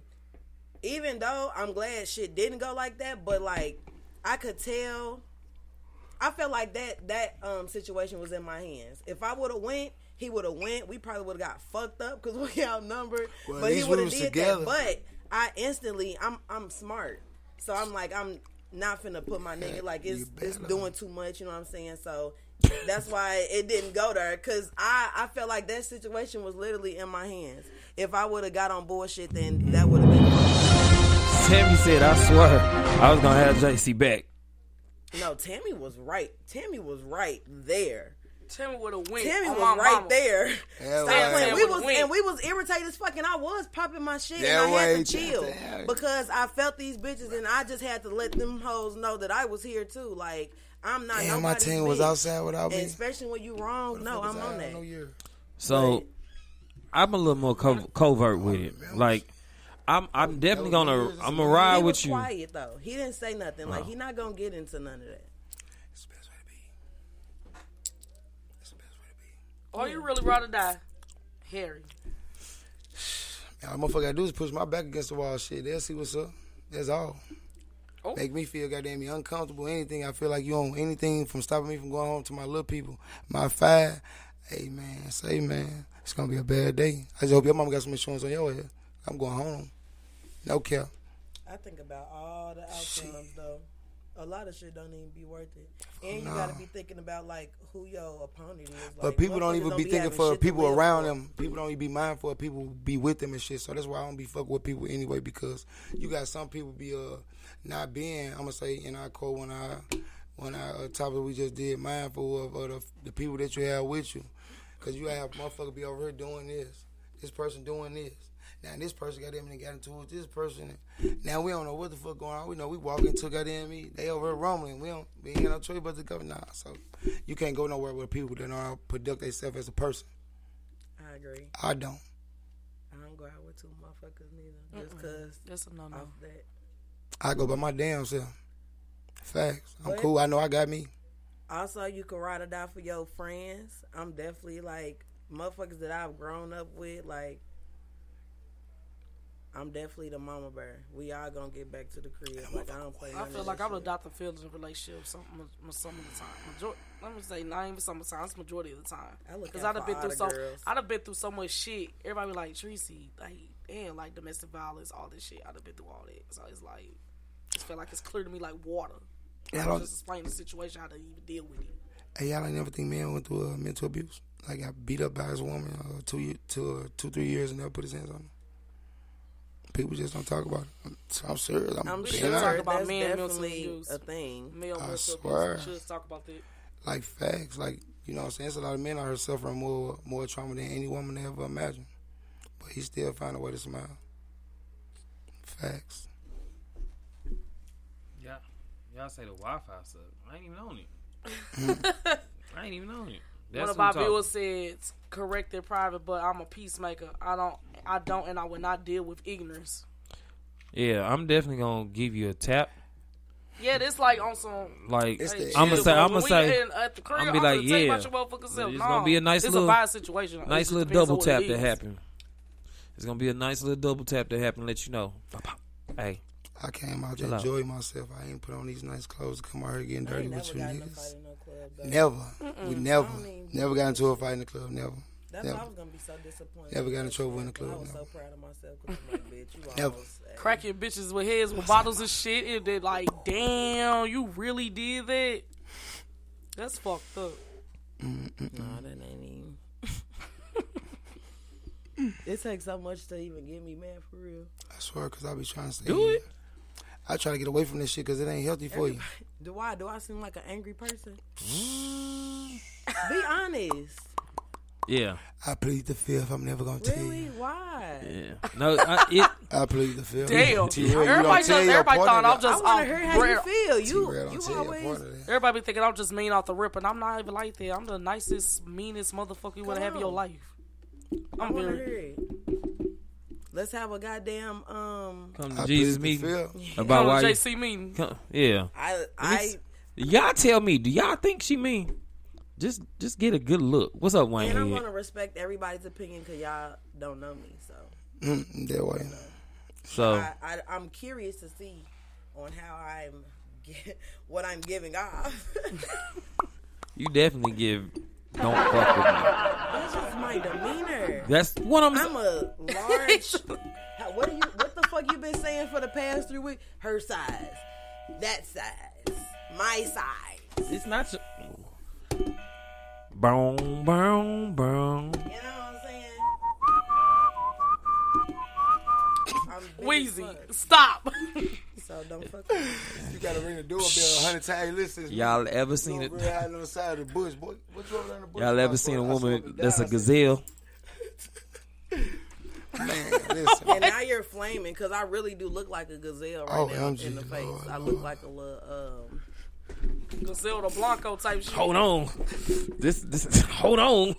even though i'm glad shit didn't go like that but like i could tell i felt like that that um situation was in my hands if i would have went he would have went. We probably would have got fucked up because we outnumbered.
Well, at
but he
least we
would have
was
did
together.
that. But but I instantly, I'm I'm smart, so I'm like I'm not finna put my nigga like
You
it's
better.
it's doing too much. You know what I'm saying? So that's why it didn't go there because I I felt like that situation was literally in my hands. If I would have got on bullshit, then that would have been
Tammy said, "I swear, I was gonna have JC back."
no. Tammy was right. Tammy was right there.
Tammy would have went.
Tammy
on
was
my
right
mama.
there.
Hell
Stop
yeah.
playing.
Tammy
We
would've
was
went.
and we was irritated as fuck, and I was popping my shit,
Yeah,
and I had
wait.
to chill
Yeah.
because I felt these bitches, and I just had to let them hoes know that I was here too. Like I'm not.
Damn, my
nobody's
team was
bitch.
outside without
And
me.
especially when you wrong. No, I'm on that.
New Year.
So I'm a little more co- covert with it. Like I'm, I'm definitely gonna, I'm gonna ride
He was
with you.
quiet though. He didn't say nothing. Like he not gonna get into none of that.
It's the best way to be. It's the best way to be.
Or Oh, you really rather die, Harry?
All the motherfucker I do is push my back against the wall. Shit, they'll see what's up. That's all.
Oh.
Make me feel goddamn near uncomfortable. Anything I feel like you on anything from stopping me from going home to my little people, my five. Hey man, say man, it's gonna be a bad day. I just hope your mama got some insurance on your head. I'm going home. No cap.
I think about all the outcomes though. A lot of shit don't even be worth it, and you gotta be thinking about like who your opponent is.
But people don't even be thinking for people around them. People don't even be mindful of people who be with them and shit. So that's why I don't be fuck with people anyway because you got some people be uh not being. I'm gonna say in our quote when I when our uh, topic we just did mindful of, of the, the people that you have with you because you have motherfucker be over here doing this, this person doing this. Now this person got them and got into it. with This person. Now we don't know what the fuck going on. We know we walk into goddamn me. They over here rumbling. We don't. We ain't got no choice but to go. Nah. So you can't go nowhere with people that know how to conduct themselves as a person.
I agree.
I don't.
I don't go out with two motherfuckers neither, just because
That's a no no.
off that.
I go by my damn self. Facts. I'm
But-
cool. I know I got me.
Also, you can ride or die for your friends. I'm definitely like motherfuckers that I've grown up with. Like, I'm definitely the mama bear. We all gonna get back to the crib. Like, I don't play.
I feel like I'm adopting feelings in relationships some, ma- some of the time. Major- let me say not even some of the time. It's majority of the time.
I look
Because
out
I'd have
for
been
all
through
the
so
girls.
I'd have been through so much shit. Everybody be like Tracy, like damn, like domestic violence, all this shit. I'd have been through all that. So it's like it's feel like it's clear to me like water.
Yeah, I
I'm
don't-
just explaining the situation how to even deal with it.
Hey, y'all ain't never think men went through uh, mental abuse. Like got beat up by his woman uh, two, year, two, uh, two, three years and never put his hands on him. People just don't talk about it. I'm, I'm serious. I'm,
I'm
being
sure
talk
honest.
about
that's
men mental
definitely
abuse.
a thing.
Male mental
swear.
abuse. Should talk about that.
like facts. Like you know, what I'm saying it's a lot of men out here suffering more more trauma than any woman they ever imagined. But he still found a way to smile. Facts.
Yeah, y'all say the Wi-Fi suck. I ain't even on it. I ain't even on it. That's
One of
who
my
talking.
viewers said, "Correct in private, but I'm a peacemaker. I don't, I don't, and I will not deal with ignorance."
Yeah, I'm definitely gonna give you a tap.
Yeah, this like on some.
Like
It's the-
I'm gonna
shit,
say,
when
I'm gonna
we
say,
in- at the crib,
I'ma be
I'm
like,
gonna tell you
yeah.
about your motherfucking self.
It's
No,
gonna be a nice
it's
little-
a bad situation. It
nice
just
little
depends on
double
what
tap
it
that
is.
happened. It's gonna be a nice little double tap that happened. Let you know. Hey,
I came out to
Chill out.
enjoy myself. I ain't put on these nice clothes to come out here getting
I
dirty
ain't never
with you
got in no
niggas.
fight in no club. though.
Never. We never.
I don't even-
Never got into a fight in the club. Never.
That's
never.
why I was gonna be so disappointed.
Never got in
That's
trouble in
why
the club,
I was
no.
so proud of myself because I'm like, bitch, you
Never.
almost. hey,
Cracking bitches with heads with bottles of shit. And they like, damn, you really did that? That's fucked up.
Nah, that ain't even. it takes so much to even get me mad for real.
I swear, because I be trying to stay.
Do
in
it.
there. I try to get away from this shit because it ain't healthy for you.
Do I? Do I seem like an angry person? Mm. Be honest.
Yeah.
I plead the fifth. I'm never going to tell
Really?
you.
Why?
Yeah. No, I, it,
I plead the fifth.
Damn.
T-Rail, you don't
Everybody,
tell
just,
your
everybody
partner
thought I'm
that.
I
just off
want to hear how you
rip.
feel.
T-Rail,
You,
don't
you
tell your
always.
partner that.
Everybody be thinking I'm just mean off the rip, and I'm not even like that. I'm the nicest, meanest motherfucker you wanna
Come
have in your
on.
life.
I
I'm
want to
very.
hear it. Let's have a goddamn um.
come
I
to
plead
Jesus
the
meeting
fifth.
about
Come
why.
to
You,
JC meeting.
come, yeah.
I I
s- Y'all tell me. Do y'all think she mean? Just, just get a good look. What's up, Wayne?
and I'm
Head?
gonna respect everybody's opinion because y'all don't know me, so
Mm, that way.
So,
I, I I'm curious to see on how I'm get, what I'm giving off.
you definitely give. Don't fuck with me.
That's just my demeanor.
That's what I'm.
I'm a large. How- what do you? What the fuck you been saying for the past three weeks? Her size, that size, my size.
It's not. your- Boom, boom, boom.
You know what I'm saying? I'm big as
Weezy,
fuck,
stop.
so don't fuck. With me.
You got to ring the doorbell a hundred times. Hey, listen.
Y'all ever seen it?
Real hiding on the side of the bush, boy. What you over there in the bush?
Y'all
I
ever seen a
swear- I swear to
woman
God,
that's
I
a
said,
gazelle?
Man, listen.
And now you're flaming because I really do look like a gazelle right
Oh,
now
OMG,
in the face.
Lord,
I
Lord.
look like a little um.
Griselda Blanco type shit.
Hold on. This this hold on.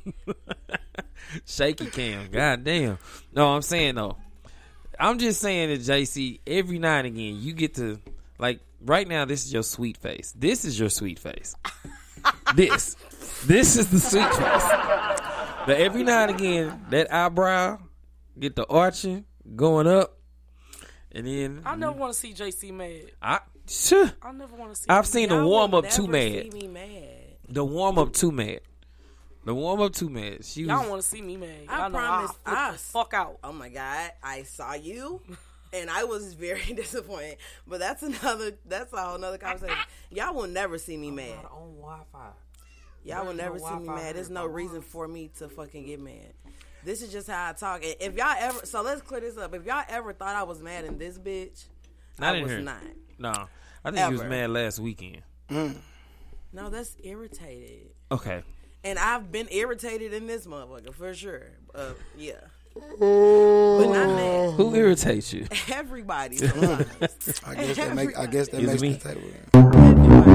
Shaky cam. God damn. No, I'm saying though. I'm just saying that JC, every now and again you get to like right now this is your sweet face. This is your sweet face. this. This is the sweet face. But every now and again, that eyebrow, get the arching, going up, and then
I never want to see JC mad.
I Phew.
I never want to see. him
I've seen the
Y'all
warm
will
up too
never
mad.
See me mad.
The warm up too mad. The warm up too mad. She
Y'all
was,
want to see me mad.
I
Y'all know
promise
I'll flip the
us.
fuck out.
Oh my god, I saw you, and I was very disappointed. But that's another. That's a whole another conversation. Y'all will never see me mad.
on Wi-Fi.
Y'all will never see me mad. There's no reason for me to fucking get mad. This is just how I talk. And if y'all ever, so let's clear this up. If y'all ever thought I was mad in this bitch,
not
I
in
was
here.
not.
Nah, I think you was
Ever.
mad last weekend.
No, that's irritated.
Okay,
And I've been irritated in this motherfucker for sure. Uh, yeah. But not mad.
who irritates you?
Everybody sometimes.
I guess that make. I guess that
Is
makes
me?
the table.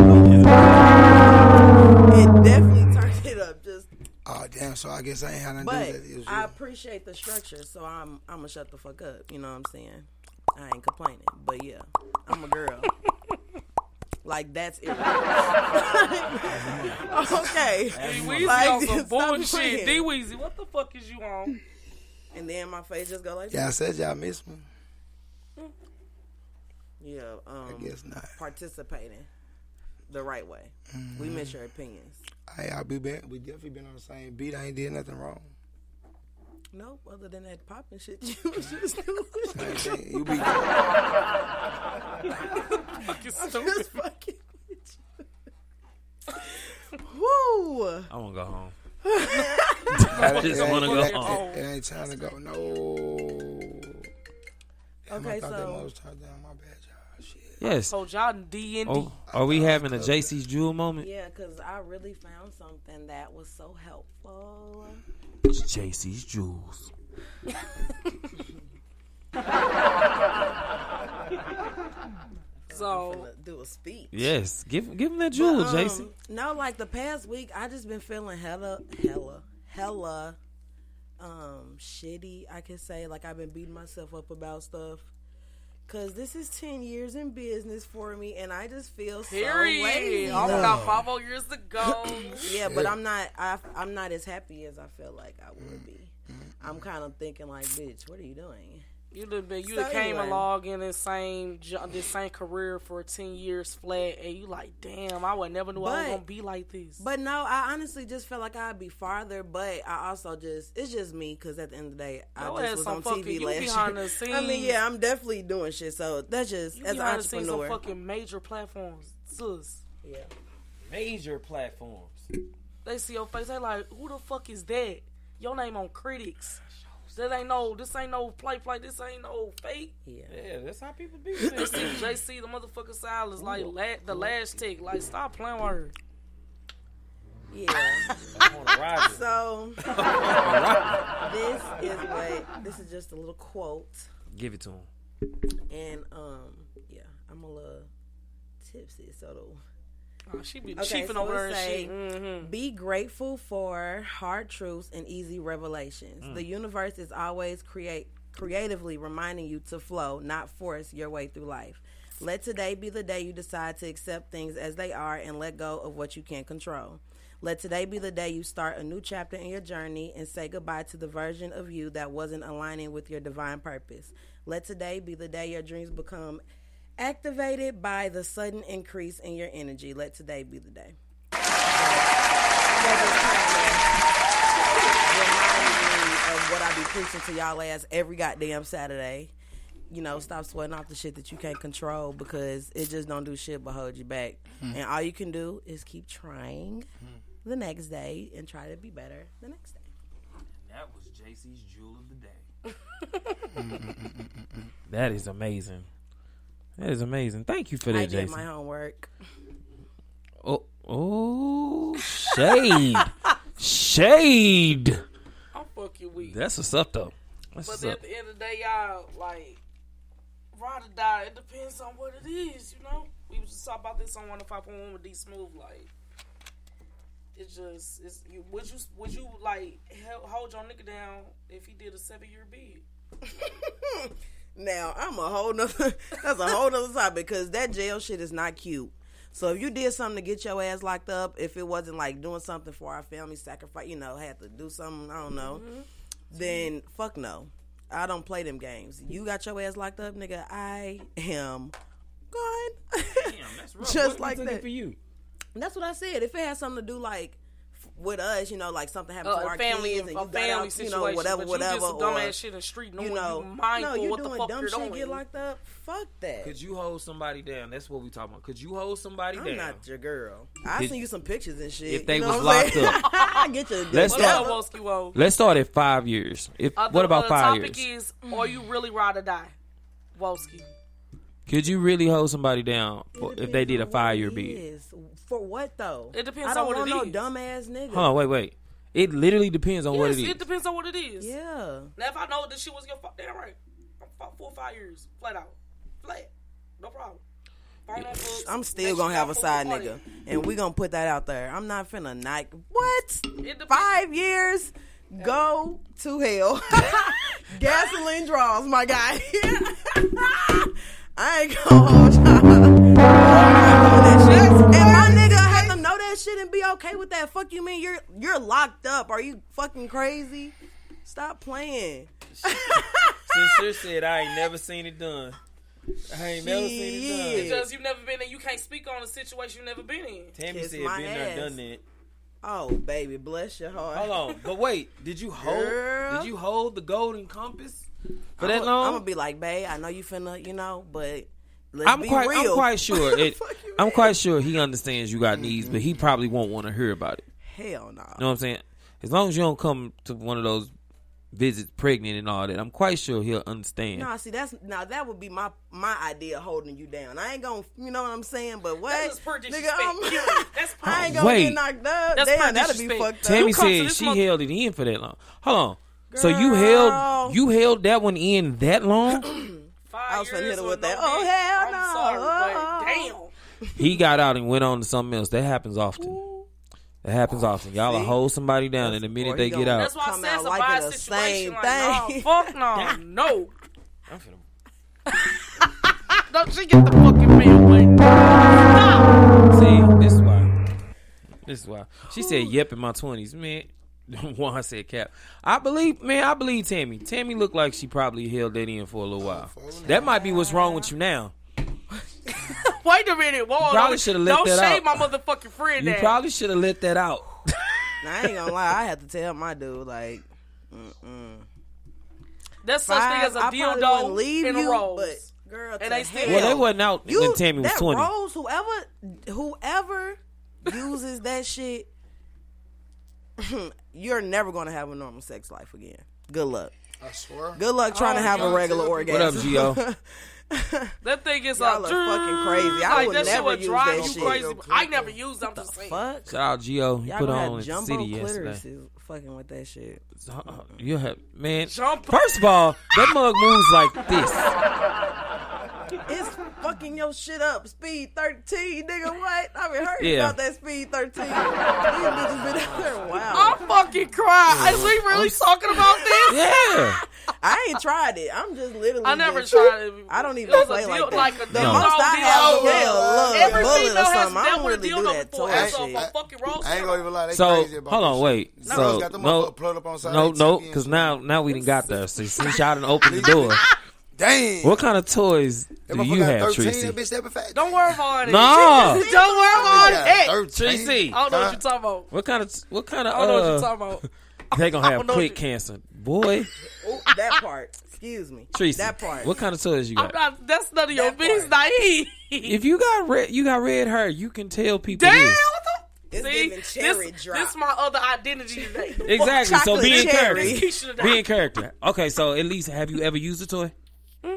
it definitely turned it up just
Oh damn! So I guess I ain't had nothing
but
to do with that. It was
I
you.
appreciate the structure, so I'm I'ma shut the fuck up. You know what I'm saying? I ain't complaining. But yeah, I'm a girl. like that's it. okay.
D Weezy
Like,
on some
stop
bullshit.
playing.
D Weezy, what the fuck is you on?
And then my face just go like that.
Y'all said y'all miss me.
Yeah. Um,
I guess not.
participating the right way. We miss your opinions.
Hey, I'll be back. We definitely been on the same beat. I ain't did nothing wrong.
Nope, other than that popping shit you was just doing.
I ain't saying- you be
Fucking stupid.
Just fucking with you. Woo!
I want to go home.
I
just wanna go home.
It ain't time to go. No. Damn, I
Okay,
thought that
so-
mother was turned down. My bad, y'all. Shit.
Yes.
So y'all D and D.
Oh, are we having a JC's jewel moment?
Yeah, because I really found something that was so helpful.
It's JC's jewels.
So
Finna Do a speech.
Yes, give give him that jewel,
Um,
JC.
No, like the past week, I just been feeling hella, hella, hella, um, shitty. I can say like I've been beating myself up about stuff. Cause this is ten years in business for me, and I just feel so lazy.
period. I'm about five more years to go.
Yeah, but I'm not. I, I'm not as happy as I feel like I would be. I'm kind of thinking like, bitch, what are you doing?
You done been, you
So
done came
anyway.
along in this same jo- this same career for ten years flat, and you like, damn, I would never knew I was
But-
gonna be like this.
But no, I honestly just felt like I'd be farther, but I also just it's just me because at the end of the day, I
Your ass
just was
some
on
fucking-
TV
you
last
behind
year.
the
I mean,
scenes.
yeah, I'm definitely doing shit. So that's just
you
as an
behind the scenes on
entrepreneur.
fucking major platforms, sis.
yeah.
Major platforms.
They see your face, they like, who the fuck is that? Your name on critics. That ain't no, this ain't no play play. This ain't no fake.
Yeah.
Yeah, that's how people be.
JC, the motherfucking style is like la- the lash tick. Like, stop playing with her.
Yeah. so this is what this is just a little quote
Give it to him.
and um yeah, I'm a little tipsy, so the
Oh, she be
Okay,
cheaping
so
over her
let's
and
say-
shit. Mm-hmm.
Be grateful for hard truths and easy revelations. The universe is always create creatively reminding you to flow, not force your way through life. Let today be the day you decide to accept things as they are and let go of what you can't control. Let today be the day you start a new chapter in your journey and say goodbye to the version of you that wasn't aligning with your divine purpose. Let today be the day your dreams become activated by the sudden increase in your energy. Let today be the day. reminding me of what I be preaching to y'all ass every goddamn Saturday. You know, stop sweating off the shit that you can't control because it just don't do shit but hold you back. And all you can do is keep trying the next day and try to be better the next day.
That was JC's jewel of the day. that is amazing. That is amazing. Thank you for
I
that,
did
JC.
my homework.
Oh, oh, shade, shade.
I'm fucking weak.
That's what's up though. That's
But
what's
at
up.
the end of the day, y'all like ride or die. It depends on what it is, you know. We was just talking about this on one of five point one with D Smooth. Like, it's just, it's you. Would you, would you like hel- hold your nigga down if he did a seven year bid?
Now I'm a whole nother. That's a whole nother topic because that jail shit is not cute. So if you did something to get your ass locked up, if it wasn't like doing something for our family, sacrifice, you know, had to do something, I don't know,
Mm-hmm.
then fuck no. I don't play them games. You got your ass locked up, nigga. I am gone. Just like that.
you.
That's what I said. If it had something to do like f- with us, you know, like something happened
Uh,
to
a
our
family,
kids and
a
you got
family
out, you
situation.
know, whatever,
but
whatever,
you did some
or,
dumbass shit in the street, knowing
you
you,
know,
mindful
no, you
what
doing
the fuck
dumb
you're
shit,
doing.
get locked up. Fuck that.
Could you hold somebody down? That's what we talking about. Could you hold somebody
I'm
down?
not your girl. I
Did-
seen you some pictures and shit.
If they
you
was
what I'm
locked
saying? I get your.
Let's
what
start-
up, Woski Wo?
Let's start at five years. If
Uh, the-
what about
the
five
topic
years?
is, are you really ride or die, Woski?
Could you really hold somebody down for- if they did a five year bid?
bid. For what though?
It depends
I don't
on what
want
it
no
is.
dumbass nigga.
Hold on, wait, wait. It literally depends on what
Yes,
it is.
it depends on what it is.
Yeah.
Now, if I know that she was gonna fuck, damn right. I'm fuck four or five years, flat out, flat, no problem. Phone on books.
I'm
Next
still
you
gonna have a
got
side
full party.
nigga, and we gonna put that out there. I'm not finna not what
depends-
five years go to hell. Gasoline draws, my guy. I ain't gonna hold y'all. And my nigga had to know that shit and be okay with that. Fuck you, man. You're you're locked up. Are you fucking crazy? Stop playing.
Sincere said, I ain't never seen it done. I ain't never seen it
Shit.
done.
Because you've never been in, you can't speak on a situation you've never been in.
Tammy
Kiss
said,
my
been there,
ass."
done that.
Oh baby, bless your heart.
Hold on, but wait, did you hold?
Girl.
Did you hold the golden compass for that
I'm
long?
gonna be like, babe, I know you finna, you know, but let's
I'm
be
quite,
real.
I'm quite sure. It,
Fuck you, Mm-hmm.
I'm
man.
quite sure he understands you got needs, but he probably won't want to hear about it.
Hell no.
You know what I'm saying? As long as you don't come to one of those visits pregnant and all that, I'm quite sure he'll understand.
No, see that's now that would be my my idea of holding you down. I ain't gonna, you know what I'm saying? But what,
That's just pure disrespect.
I'm-
That's pure-
I ain't gonna
Wait.
get knocked up.
That's pure
Damn, that'd be
disrespect.
fucked up.
Tammy
You come to
said
this
she
mother-
held it in for that long. Hold on. So you held
Girl.
you held that one in that long?
Five
I was finna
years
hit her
or
with that,
no
"Oh,
dick."
hell no. Oh,
I'm sorry, but damn.
he got out and went on to something else. That happens often. That happens often. Y'all will
Oh, See?
hold somebody down, and the minute
Or
they
he
get
gonna-
out,
That's why I
Come
said
out
it's a
like
bad
it the
situation.
same
like,
thing.
No, fuck no, no.
I'm finna-
Don't she get the fucking man wet?
see, this is why. This is why she said, "Yep," in my twenties, man. Juan said cap. I believe, man, I believe Tammy. Tammy looked like she probably held that in for a little while. That might be what's wrong with you now.
Wait a minute, whoa!
probably
don't-
shoulda let
Don't
that
shame
out.
my motherfucking friend.
You
ass.
probably should have let that out.
Now, I ain't gonna lie, I have to tell my dude like mm-mm.
That's such thing as a
I probably
dildo
wouldn't leave
and a
you,
rose.
but girl,
And
to
they still-
Well, they
hell.
wasn't out
you,
when Tammy was
that
twenty.
Rose, whoever, whoever uses that shit, you're never gonna have a normal sex life again. Good luck.
I swear.
Good luck
Oh,
trying to have a
God,
regular
tell
orgasm.
people-
What up, Gio?
That thing is
Y'all
like
are fucking crazy. I
like,
would
that shit
never
would
use
drive
that
you
shit.
crazy. but I never used. it, I'm just saying.
Fuck.
Shout out Gio. He
Y'all
put
gonna
on
have
in the
jumbo
city
clitoris
yesterday.
is fucking with that shit.
Uh, You have man.
Jumbo-
First of all, that mug moves like this.
It's fucking your shit up. Speed 13, nigga, what? I've been heard
Yeah.
about that speed 13. These bitches been out there. Wow.
I'm fucking crying. Is we really talking about this?
Yeah.
I ain't tried it. I'm just literally.
I never
just-
tried it.
I don't even
It was a
play like
deal-
that.
like a
the
dildo
most I
deal.
have
Oh,
yeah,
Every
love bullet or
female has
something. I
dealt
don't
with a
really do
dildo
that
before.
toy
That's a
shit.
fu- fucking roast
I ain't gonna even lie. They
So
crazy about
hold
this
on,
shit.
wait.
Nah,
so
just got the
no,
motherfucker plugged up on side
no,
of the
no,
TV and
because
shit.
now now we done got there. See, since y'all done opened the door,
Damn.
what kind of toys
That
do
motherfucker
you
got
have,
13,
Tracy?
That bitch that fat.
Don't worry about it.
No.
don't worry about
Yeah,
it.
13.
Tracy.
I don't know what you're talking about.
What kind of what kind of
I don't know what you're
uh,
talking about.
they gonna have
don't know
quick
what you-
cancer, boy?
Ooh, that part. Excuse me.
Tracy,
That part.
What kind of toys you
I'm
got?
not. That's none of your
That part.
business. Naive.
if you got red, you got red hair. You can tell people
Damn.
this.
what the-
It's
See,
giving cherry
this,
drop.
this my other identity today.
Exactly. So
Chocolate
be in
cherry.
character.
Keisha today.
Be in character. Okay, so at least have you ever used a toy?
Hmm?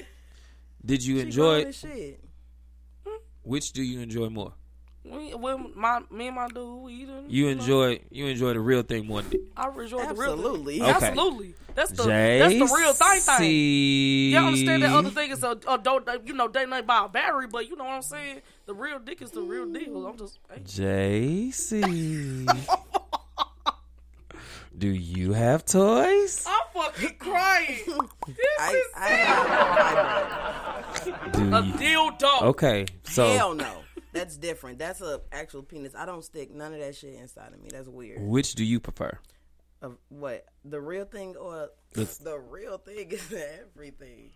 Did you
She
enjoy
grown as shit.
Which do you enjoy more?
We, we, my, me and my dude, we done.
You enjoy you enjoy the real thing more. Than,
I enjoy the real. thing.
Absolutely.
Okay.
Absolutely. That's the that's the real thing thing.
JC.
Y'all understand that other thing is a adult, you know, date night by a battery, but you know what I'm saying? The real dick is the real deal. I'm just, hey,
JC. do you have toys?
I'm fucking crying.
I, I, I,
Do
A
you?
dildo.
Okay, so
hell no. That's different. That's a actual penis. I don't stick none of that shit inside of me. That's weird.
which do you prefer?
of what the real thing or
It's-
the real thing is everything.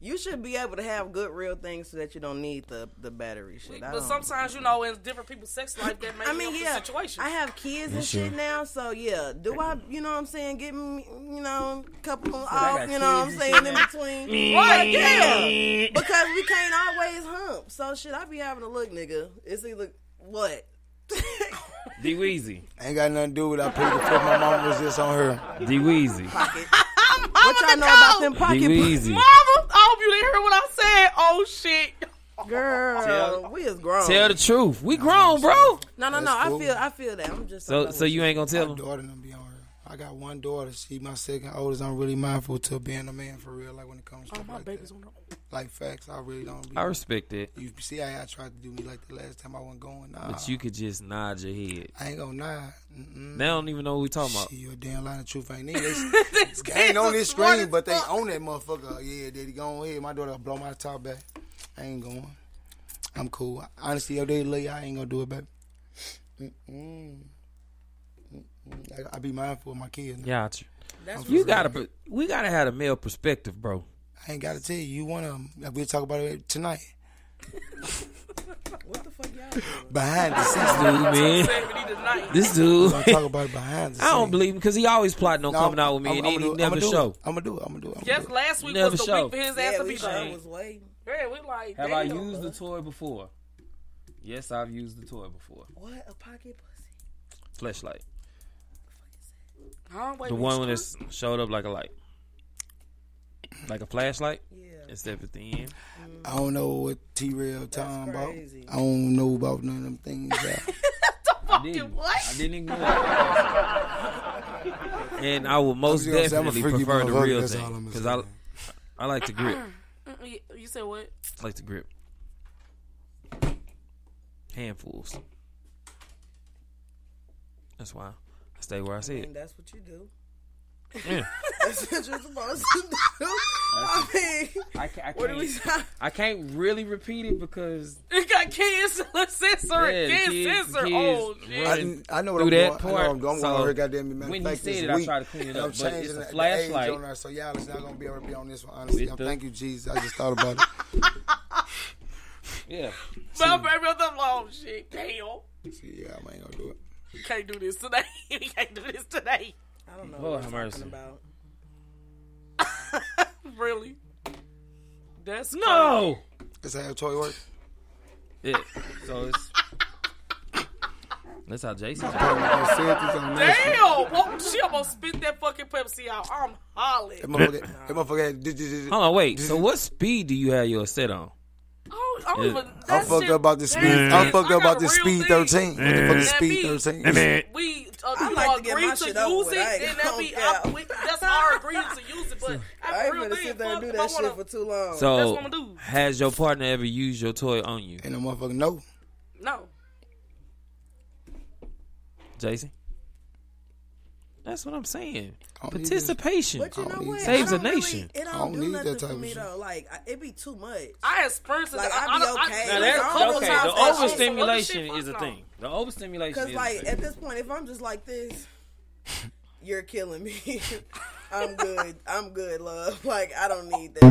You should be able to have good real things so that you don't need the the battery shit.
But
I, don't-
sometimes, you know, in different people's sex life, that may
I
be
mean,
different
yeah,
situation.
I have kids and shit now, so yeah. Do I, you know, what I'm saying, get me, you know, a couple off, you know, what I'm saying, in between, right? Yeah, because we can't always hump. So shit, I be having a look, nigga. It's either what.
D Weezy.
Ain't got nothing to do with I paid the foot. My mom was just on her.
D Weezy.
what y'all know about them pocket
D Weezy.
Mama, I hope you didn't hear what I said. Oh, shit.
Girl, we is grown.
Tell the truth. We grown, bro.
No, no, no.
That's
I
cool.
feel, I feel that. I'm just
So so you ain't gonna
My
tell him.
daughter done be on her. I got one daughter. She my second oldest. I'm really mindful to being a man for real. Like when it comes to
Oh, my
like,
baby's
that.
on the
like facts. I really don't. Be,
I respect it,
you see how I tried to do me like the last time I wasn't going. Nah,
but you could just nod your head.
I ain't gonna lie. Mm-mm.
They don't even know what we talking about.
Shit, you're damn lying. The truth ain't in. They, they ain't on this screen, but they own that motherfucker. Oh, Yeah, daddy, go on ahead. My daughter blow my top back. I ain't going. I'm cool. Honestly, if they lay, I ain't gonna do it, baby. Mm-mm. Mm-mm. I, I be mindful of my kids. now.
Got you.
That's
You gotta. put- We gotta have a male perspective, bro.
I ain't gotta tell you. You want to? We'll talk about it tonight.
what the fuck y'all doing?
Behind the scenes, dude.
Dude, man. This dude.
We're gonna talk
I
about it behind the scenes.
don't believe him because he always plotting on
No,
coming out with me
I'm-
and
I'm
then
gonna
he
do it.
never
I'ma do it.
show.
I'ma do it. I'ma do it. I'ma do
Just
it.
last week
Never
was the
show.
week for his ass
Yeah,
to
we
be
sure
there.
was waiting.
Yeah, we like,
Have
damn.
I used the toy before? Yes, I've used the toy before.
What a pocket pussy.
Fleshlight,
Huh? Wait,
the
we
one
screwed?
that showed up like a light, like a flashlight
Yeah.
instead of at the end.
I don't know what T Rail talking about.
crazy.
I don't know about none of them things. y'all.
I didn't. I didn't ignore it. and I will most
I'm just gonna say
definitely
I'm a freaky
prefer the
motherfucker,
real
that's all
thing
I'ma
because
say,
I,
man.
I like to grip.
Mm, You you said what?
I like to grip. Handfuls. That's why I stay where I
And
sit.
that's what you do.
Yeah.
That's what you're supposed to do. I mean,
I, ca- I
what do we?
can't. I can't really repeat it because
You like kid censor,
Yeah,
kid
kids-
censor.
kids
Oh, shit.
run.
I, I know what
Through
I'm
that
going. I
part,
know I'm, I'm going
so
over here, goddamn me, man.
when he
Fact,
said
this
it, I
week,
tried to clean it
and
up,
I'm
but it's
changing
a
the- the
flashlight.
age on there, so y'all is not gonna be able to be on this one. Honestly,
With
I'm,
the-
thank you, Jesus. I just thought about it.
Yeah.
My baby, I'm like, oh shit, damn.
yeah, I ain't gonna do it.
You can't do this today. you can't do this today.
I don't know
Lord
what
have
I'm
mercy.
talking about.
Really? That's
No.
That's how toy work.
Yeah. So it's. That's how Jason.
I said this on
crazy.
this.
Damn! Well, she almost spit that fucking Pepsi out. I'm
That
hollering.
motherfucker, that motherfucker had- did- did- did-
Hold on, wait. So what speed do you have your set on?
Oh, I don't
Yeah.
even. that
I'm fucked
shit-
up about this speed.
Damn,
I'm fucked
I
up
got
about this
a real
speed
thing.
13. What the fuck is
That
speed
beat.
13?
We uh,
I
you
like
all
to get
agree
my
to
shit
use
over with.
it,
I ain't
and that
gonna
be
care.
I, we, that's our agreement to use it. But
I
I
ain't
real
gonna
thing,
sit there and
fuck,
do
if I
that shit
wanna-
for too long.
So
what I'ma do.
has your partner ever used your toy on you,
And the motherfucker, no.
no.
Jason? That's what I'm saying.
I don't need this.
Participation.
but you
I
know
don't
what?
need-
I
Saves
don't
a
really-
nation.
it don't,
I don't
do
need that
nothing
type
for
of
me
shit.
though. Like I- it be too much.
I had sprints.
Like,
I,
I'd be
I, don't- I,
okay.
I,
Now
There's
that's
all
okay.
types
The
of shit.
overstimulation is a thing. The overstimulation
Cause
is a
like
thing.
at this point, if I'm just like this, you're killing me. I'm good. I'm good, love. Like I don't need that.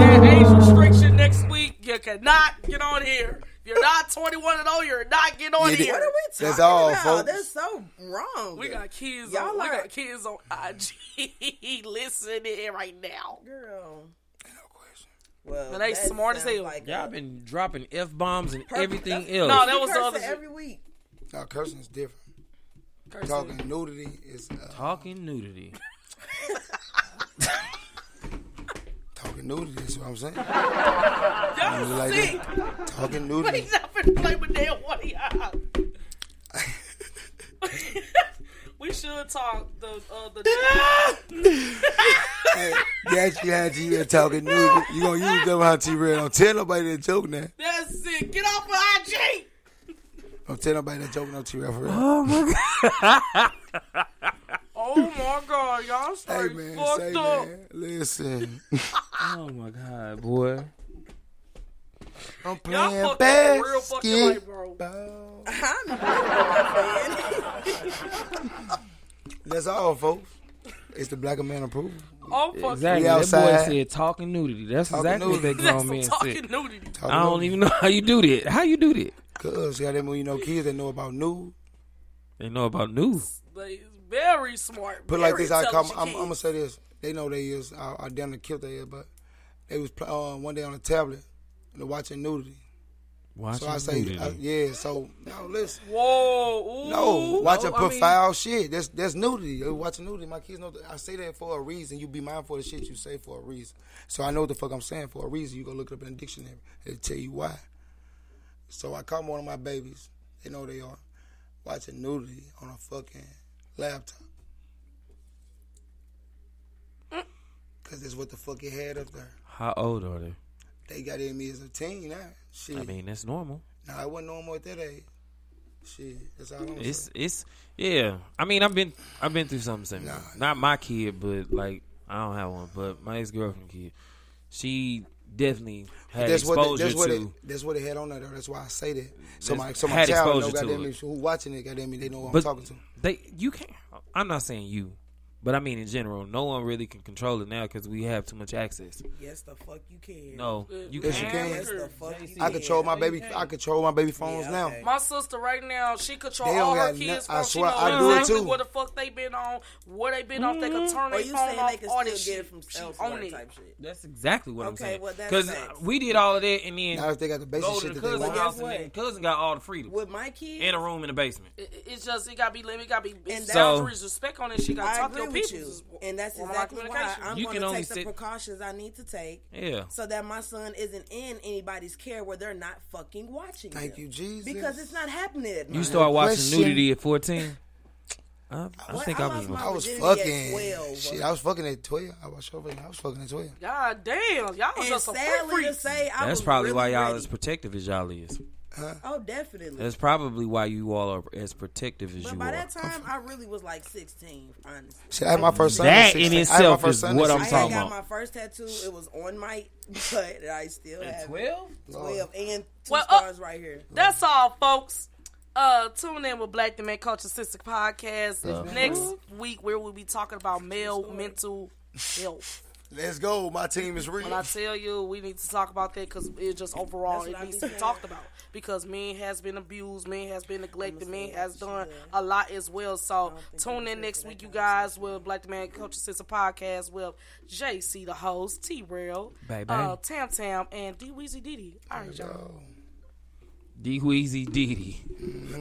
There age restriction next week. You cannot get on here. If you're not 21 and old, you're not getting on
Yeah, they-
here.
What are we talking
That's all,
about?
folks.
That's so wrong.
We got kids.
Y'all
on, we
are-
got kids on IG listening right now.
girl. Well,
But they
that
smart as
sounds
hell.
Like
Y'all been dropping f bombs and
Perfect.
everything
That's-
else.
No, that
that
was the other. shit.
every week.
No, cursing is different.
Cursing.
Talking nudity is uh,
Talking nudity.
talking nudity. Is what I'm saying.
Y'all
You like
sick.
that? Talking
He's
nudity.
not finna play with damn one of y'all. we should talk the uh, the.
Hey, That's you had you been talking nudity. You gonna use them how T Red. Don't tell nobody that joke now.
That's it. Get off of IG.
Don't tell nobody that joke no T Red for real.
Oh my god, y'all
Hey
straight
man,
fucked
say
up.
man. Listen.
Oh my god, boy.
I'm
Y'all
playing
fucked up real fucking late, bro.
basketball.
I'm good, my friend.
That's all folks. It's the black man approval.
Oh fuck
Exactly.
We
That boy
outside.
said talking nudity. That's
Talking
exactly what
nudity.
that
That's
grown
some
man
talking
said.
nudity.
I don't even know how you do that. How you do that?
Cause got them, you know, kids that know about nude.
They know about nude.
Like, it's very smart.
Put it
very
like this, I come,
intelligent
I'm, I'm
kid.
gonna say this. They know they is. I, I damn near killed they is, but they was pl- uh, one day on a tablet, and they watching nudity.
Watch
So I say, I, yeah. So no, listen.
Whoa. Ooh.
No, watching
I mean-
profound shit. That's that's nudity. They watching nudity. My kids know. That, I say that for a reason. You be mindful of the shit you say for a reason. So I know what the fuck I'm saying for a reason. You go look it up in the dictionary. It'll tell you why. So I caught one of my babies. They know they are watching nudity on a fucking laptop. Cause that's what the fuck it had up there.
How old are they?
They got it in me as a teen now. Shit.
I mean, that's normal.
nah, I wasn't normal at that age. Shit. That's all I'm saying.
It's it's yeah. I mean, I've been I've been through something similar. Not my kid, but like I don't have one, but my ex girlfriend kid. She definitely had
that's
exposure
what they, that's
to.
what it, that's what they had on there. Though. That's why I say that. So my so my
had
child know,
exposure to
goddamn
it.
it, who watching it, goddamn it, they know who I'm
But-
talking to.
they you can't. I'm not saying you, but I mean in general, no one really can control it now because we have too much access.
yes, the fuck you can.
No, you
Yes, you
can't.
can.
Yes, the fuck you
I
can.
control my baby. I control my baby phones
Yeah,
now.
okay.
My sister right now, she control
They
all
don't
her
got
kids.
no- I
from- she
swear,
know
I do it
exactly
too.
What the fuck they been on? Where they been off? They can turn
Are
their
Mm-hmm. you
phone
saying
off.
they can
all
still
that
get
shit.
it from
She
elsewhere
on it.
type shit?
That's exactly what I'm
Okay,
saying.
well, that's facts.
we did all of that and then
Now if they got the basic
go to
shit
the
that they
cousin
want.
guess
house and
what?
then cousin got all the freedom
With my kids,
in a room in the basement.
It- It's just it gotta be limited. It gotta be
And
it's
that's-
boundaries, respect on it. She gotta
I
talk to
agree
your
with
people.
you,
It's
and that's
one of my
exactly why
communication.
I'm
You
going
can
to
only
take the
sit-
precautions I need to take.
Yeah.
so that my son isn't in anybody's care where they're not fucking watching.
Thank
him.
you, Jesus.
Because it's not happening. At
You
night.
start watching
Question.
nudity at 14. I, I
What?
think
I
I, was.
lost my-
I was
virginity at
fucking
12.
shit. I was fucking at twelve. I was sure I was fucking at twelve.
God damn, y'all
And
just some freak
sadly to
freaks.
say, I
That's
was
probably
really
why y'all
ready.
as protective as y'all is.
Oh, definitely.
That's probably why you all are as protective as
but
you
by
are.
that time, I really was like 16, honestly.
Shit, I had my first son.
That
at 16.
in
I had my
itself
first
is
son at
what I'm
I
16.
had
talking
got
about.
my first tattoo. It was on mic, but I still have it.
Twelve?
12 and two
Well, uh,
stars right here.
That's all, folks. Uh, tune in with Black Men Culture Sister Podcast. Next week, where we'll be talking about male mental health.
Let's go. My team is real.
When I tell you, we need to talk about that because it just overall
That's
it
what I
needs
be
to be
saying.
talked about because men has been abused, men has been neglected, men has done a lot as well. So tune in next week, you guys, with Black Man Culture Sister Podcast with JC the host, T Rail,
Baby.
uh, Tam Tam, and D Weezy Diddy. All right, y'all.
D Wheezy Dee Dee.